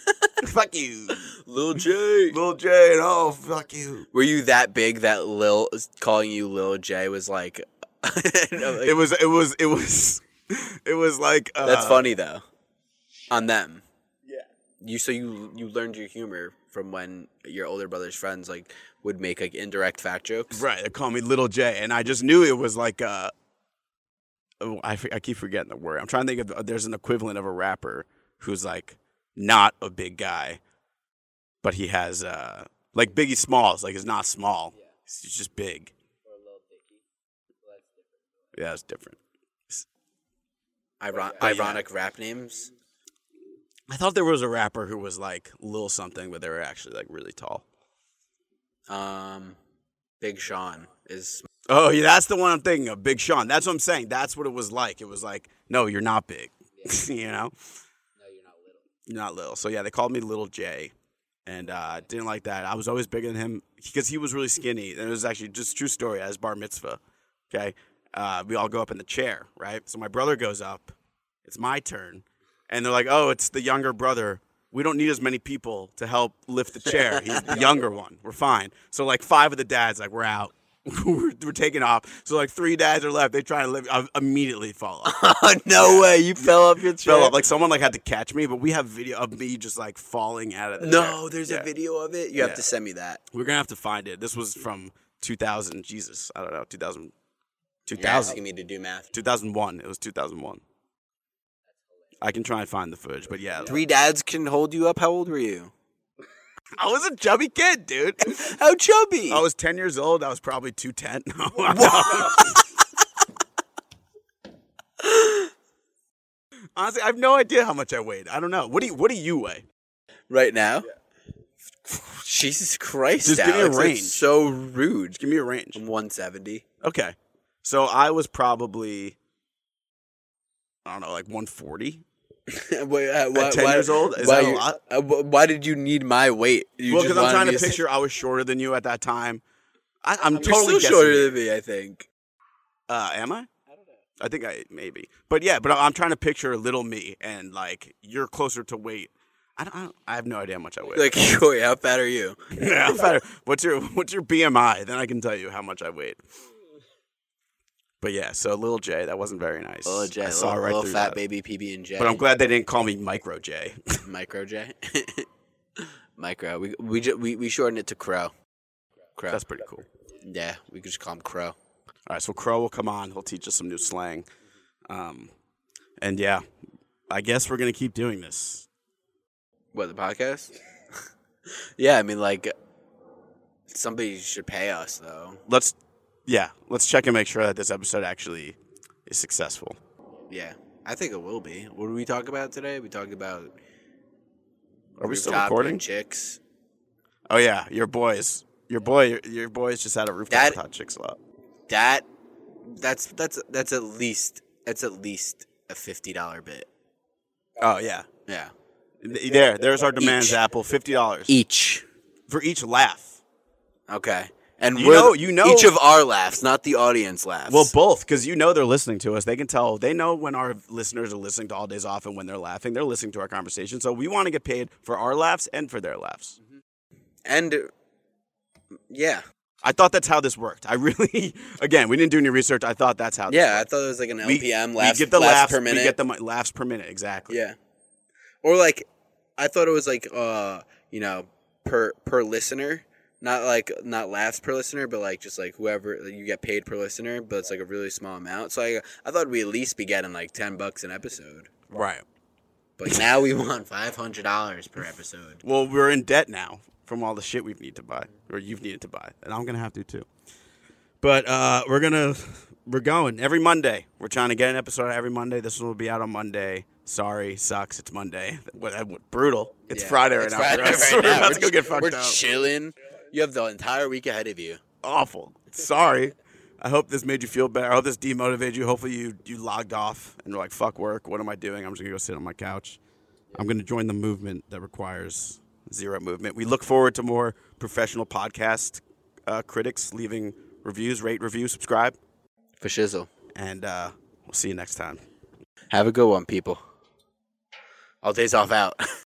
[SPEAKER 1] fuck you,
[SPEAKER 2] Lil Jay.
[SPEAKER 1] little J. And oh, fuck you.
[SPEAKER 2] Were you that big that Lil calling you Lil Jay was like? No, like,
[SPEAKER 1] It was it was it was it was like uh,
[SPEAKER 2] that's funny though, on them. Yeah. You so you you learned your humor from when your older brother's friends like would make like indirect fat jokes.
[SPEAKER 1] Right, they call me Little J, and I just knew it was like uh, oh, I f- I keep forgetting the word. I'm trying to think of uh, there's an equivalent of a rapper who's like not a big guy, but he has uh like Biggie Smalls, like he's not small, he's just big. Yeah, that's different.
[SPEAKER 2] Iron-
[SPEAKER 1] But yeah.
[SPEAKER 2] ironic rap names.
[SPEAKER 1] I thought there was a rapper who was like little something, but they were actually like really tall.
[SPEAKER 2] Um, Big Sean is
[SPEAKER 1] Oh, yeah, that's the one I'm thinking of, Big Sean. That's what I'm saying. That's what it was like. It was like, no, you're not big. you know? No, you're not little. You're not little. So yeah, they called me Little J, and uh, didn't like that. I was always bigger than him because he was really skinny. And it was actually just a true story at his bar mitzvah. Okay, uh, we all go up in the chair, right? So my brother goes up. It's my turn, and they're like, "Oh, it's the younger brother. We don't need as many people to help lift the chair. He's the younger one. We're fine." So like five of the dads, like, "We're out. we're, we're taking off. So like three dads are left. They try to live. I immediately fall off.
[SPEAKER 2] no way. You fell off your chair.
[SPEAKER 1] Fell off. Like someone like had to catch me, but we have video of me just like falling out of the
[SPEAKER 2] no,
[SPEAKER 1] chair.
[SPEAKER 2] there's
[SPEAKER 1] Yeah.
[SPEAKER 2] a video of it. You
[SPEAKER 1] Yeah.
[SPEAKER 2] have to send me that.
[SPEAKER 1] We're gonna have to find it. This was from 2000. Jesus, I don't know. 2000,
[SPEAKER 2] You're
[SPEAKER 1] 2000,
[SPEAKER 2] asking me to do math.
[SPEAKER 1] 2001. It was 2001. I can try and find the footage, but yeah,
[SPEAKER 2] Three dads can hold you up. How old were you?
[SPEAKER 1] I was a chubby kid, dude.
[SPEAKER 2] How chubby?
[SPEAKER 1] I was 10 years old. I was probably 210. No, I'm not. Honestly, I have no idea how much I weighed. I don't know. What do you, what do you weigh?
[SPEAKER 2] right now. Jesus Christ!
[SPEAKER 1] Just give me a
[SPEAKER 2] Alex, that's
[SPEAKER 1] range.
[SPEAKER 2] so rude.
[SPEAKER 1] Give me a range.
[SPEAKER 2] I'm 170.
[SPEAKER 1] Okay. So I was probably, I don't know, like 140.
[SPEAKER 2] Wait, uh, why,
[SPEAKER 1] 10
[SPEAKER 2] why-
[SPEAKER 1] years old? Is
[SPEAKER 2] why
[SPEAKER 1] that a
[SPEAKER 2] you-
[SPEAKER 1] lot?
[SPEAKER 2] uh, wh- why did you need my weight? You
[SPEAKER 1] well,
[SPEAKER 2] just
[SPEAKER 1] because I'm
[SPEAKER 2] wanted
[SPEAKER 1] trying
[SPEAKER 2] me
[SPEAKER 1] to
[SPEAKER 2] say-
[SPEAKER 1] picture I was shorter than you at that time. I, I'm
[SPEAKER 2] You're
[SPEAKER 1] totally
[SPEAKER 2] still
[SPEAKER 1] guessing
[SPEAKER 2] shorter
[SPEAKER 1] here.
[SPEAKER 2] than me, I think.
[SPEAKER 1] Uh, am I? I think I maybe, but yeah, but I- I'm trying to picture little me and like you're closer to weight. I don't. I, don't, I have no idea how much I weigh.
[SPEAKER 2] Like, wait, how fat are you?
[SPEAKER 1] yeah, I'm fatter. What's your what's your BMI? Then I can tell you how much I weighed. But yeah, so little J, that wasn't very nice.
[SPEAKER 2] Little J,
[SPEAKER 1] I saw
[SPEAKER 2] little,
[SPEAKER 1] right
[SPEAKER 2] little
[SPEAKER 1] through
[SPEAKER 2] fat
[SPEAKER 1] that.
[SPEAKER 2] baby PB and J.
[SPEAKER 1] But I'm glad they didn't call me Micro J.
[SPEAKER 2] micro J. micro. We we, ju- we we shortened it to Crow. Crow.
[SPEAKER 1] That's pretty cool.
[SPEAKER 2] yeah, we could just call him Crow.
[SPEAKER 1] All right, so Crow will come on. He'll teach us some new slang. Um, and yeah, I guess we're gonna keep doing this.
[SPEAKER 2] What the podcast? yeah, I mean, like somebody should pay us though.
[SPEAKER 1] Let's, yeah, let's check and make sure that this episode actually is successful.
[SPEAKER 2] Yeah, I think it will be. What did we talk about today? We talked about
[SPEAKER 1] Are we still
[SPEAKER 2] rooftop and
[SPEAKER 1] recording?
[SPEAKER 2] Chicks.
[SPEAKER 1] Oh yeah, your boys, your boy, your, your boys just had a rooftop
[SPEAKER 2] Dad-
[SPEAKER 1] with hot chicks a lot.
[SPEAKER 2] That that's that's that's at least that's at least a fifty dollar bit.
[SPEAKER 1] Oh yeah,
[SPEAKER 2] Yeah,
[SPEAKER 1] there, there's our demands.
[SPEAKER 2] Each.
[SPEAKER 1] Apple, fifty dollars
[SPEAKER 2] each.
[SPEAKER 1] for each laugh.
[SPEAKER 2] Okay. And
[SPEAKER 1] You
[SPEAKER 2] we're
[SPEAKER 1] know- you know-
[SPEAKER 2] each of our laughs, not the audience laughs.
[SPEAKER 1] Well, both, because you know they're listening to us. They can tell. They know when our listeners are listening to All Days Off and when they're laughing. They're listening to our conversation. So we want to get paid for our laughs and for their laughs.
[SPEAKER 2] Mm-hmm. and uh, yeah,
[SPEAKER 1] I thought that's how this worked. I really, again, we didn't do any research. I thought that's how. This
[SPEAKER 2] yeah. I
[SPEAKER 1] worked.
[SPEAKER 2] thought it was like an
[SPEAKER 1] we,
[SPEAKER 2] LPM
[SPEAKER 1] we
[SPEAKER 2] laughs,
[SPEAKER 1] get the
[SPEAKER 2] laughs per
[SPEAKER 1] We
[SPEAKER 2] minute.
[SPEAKER 1] get the mi- laughs per minute. Exactly.
[SPEAKER 2] yeah, or like I thought it was like uh you know per per listener, not like not laughs per listener, but like just like whoever like, you get paid per listener, but it's like a really small amount. So I I thought we would at least be getting like ten bucks an episode,
[SPEAKER 1] Right.
[SPEAKER 2] but now we want five hundred dollars per episode.
[SPEAKER 1] Well, we're in debt now from all the shit we've need to buy, or you've needed to buy, and I'm gonna have to too. But uh, we're gonna we're going every Monday. We're trying to get an episode out every Monday. This one will be out on Monday. Sorry, sucks. It's Monday. What, uh, what- brutal. It's
[SPEAKER 2] Yeah.
[SPEAKER 1] Friday right
[SPEAKER 2] It's
[SPEAKER 1] now.
[SPEAKER 2] Friday
[SPEAKER 1] for us.
[SPEAKER 2] right
[SPEAKER 1] we're
[SPEAKER 2] now.
[SPEAKER 1] about
[SPEAKER 2] We're
[SPEAKER 1] to go get fucked
[SPEAKER 2] We're
[SPEAKER 1] up.
[SPEAKER 2] chilling. You have the entire week ahead of you.
[SPEAKER 1] Awful. Sorry. I hope this made you feel better. I hope this demotivated you. Hopefully you you logged off and were like, "Fuck work. What am I doing? I'm just gonna go sit on my couch." I'm gonna join the movement that requires zero movement. We look forward to more professional podcast uh, critics leaving reviews, rate, review, subscribe,
[SPEAKER 2] For shizzle.
[SPEAKER 1] and uh, we'll see you next time.
[SPEAKER 2] Have a good one, people. All days off out.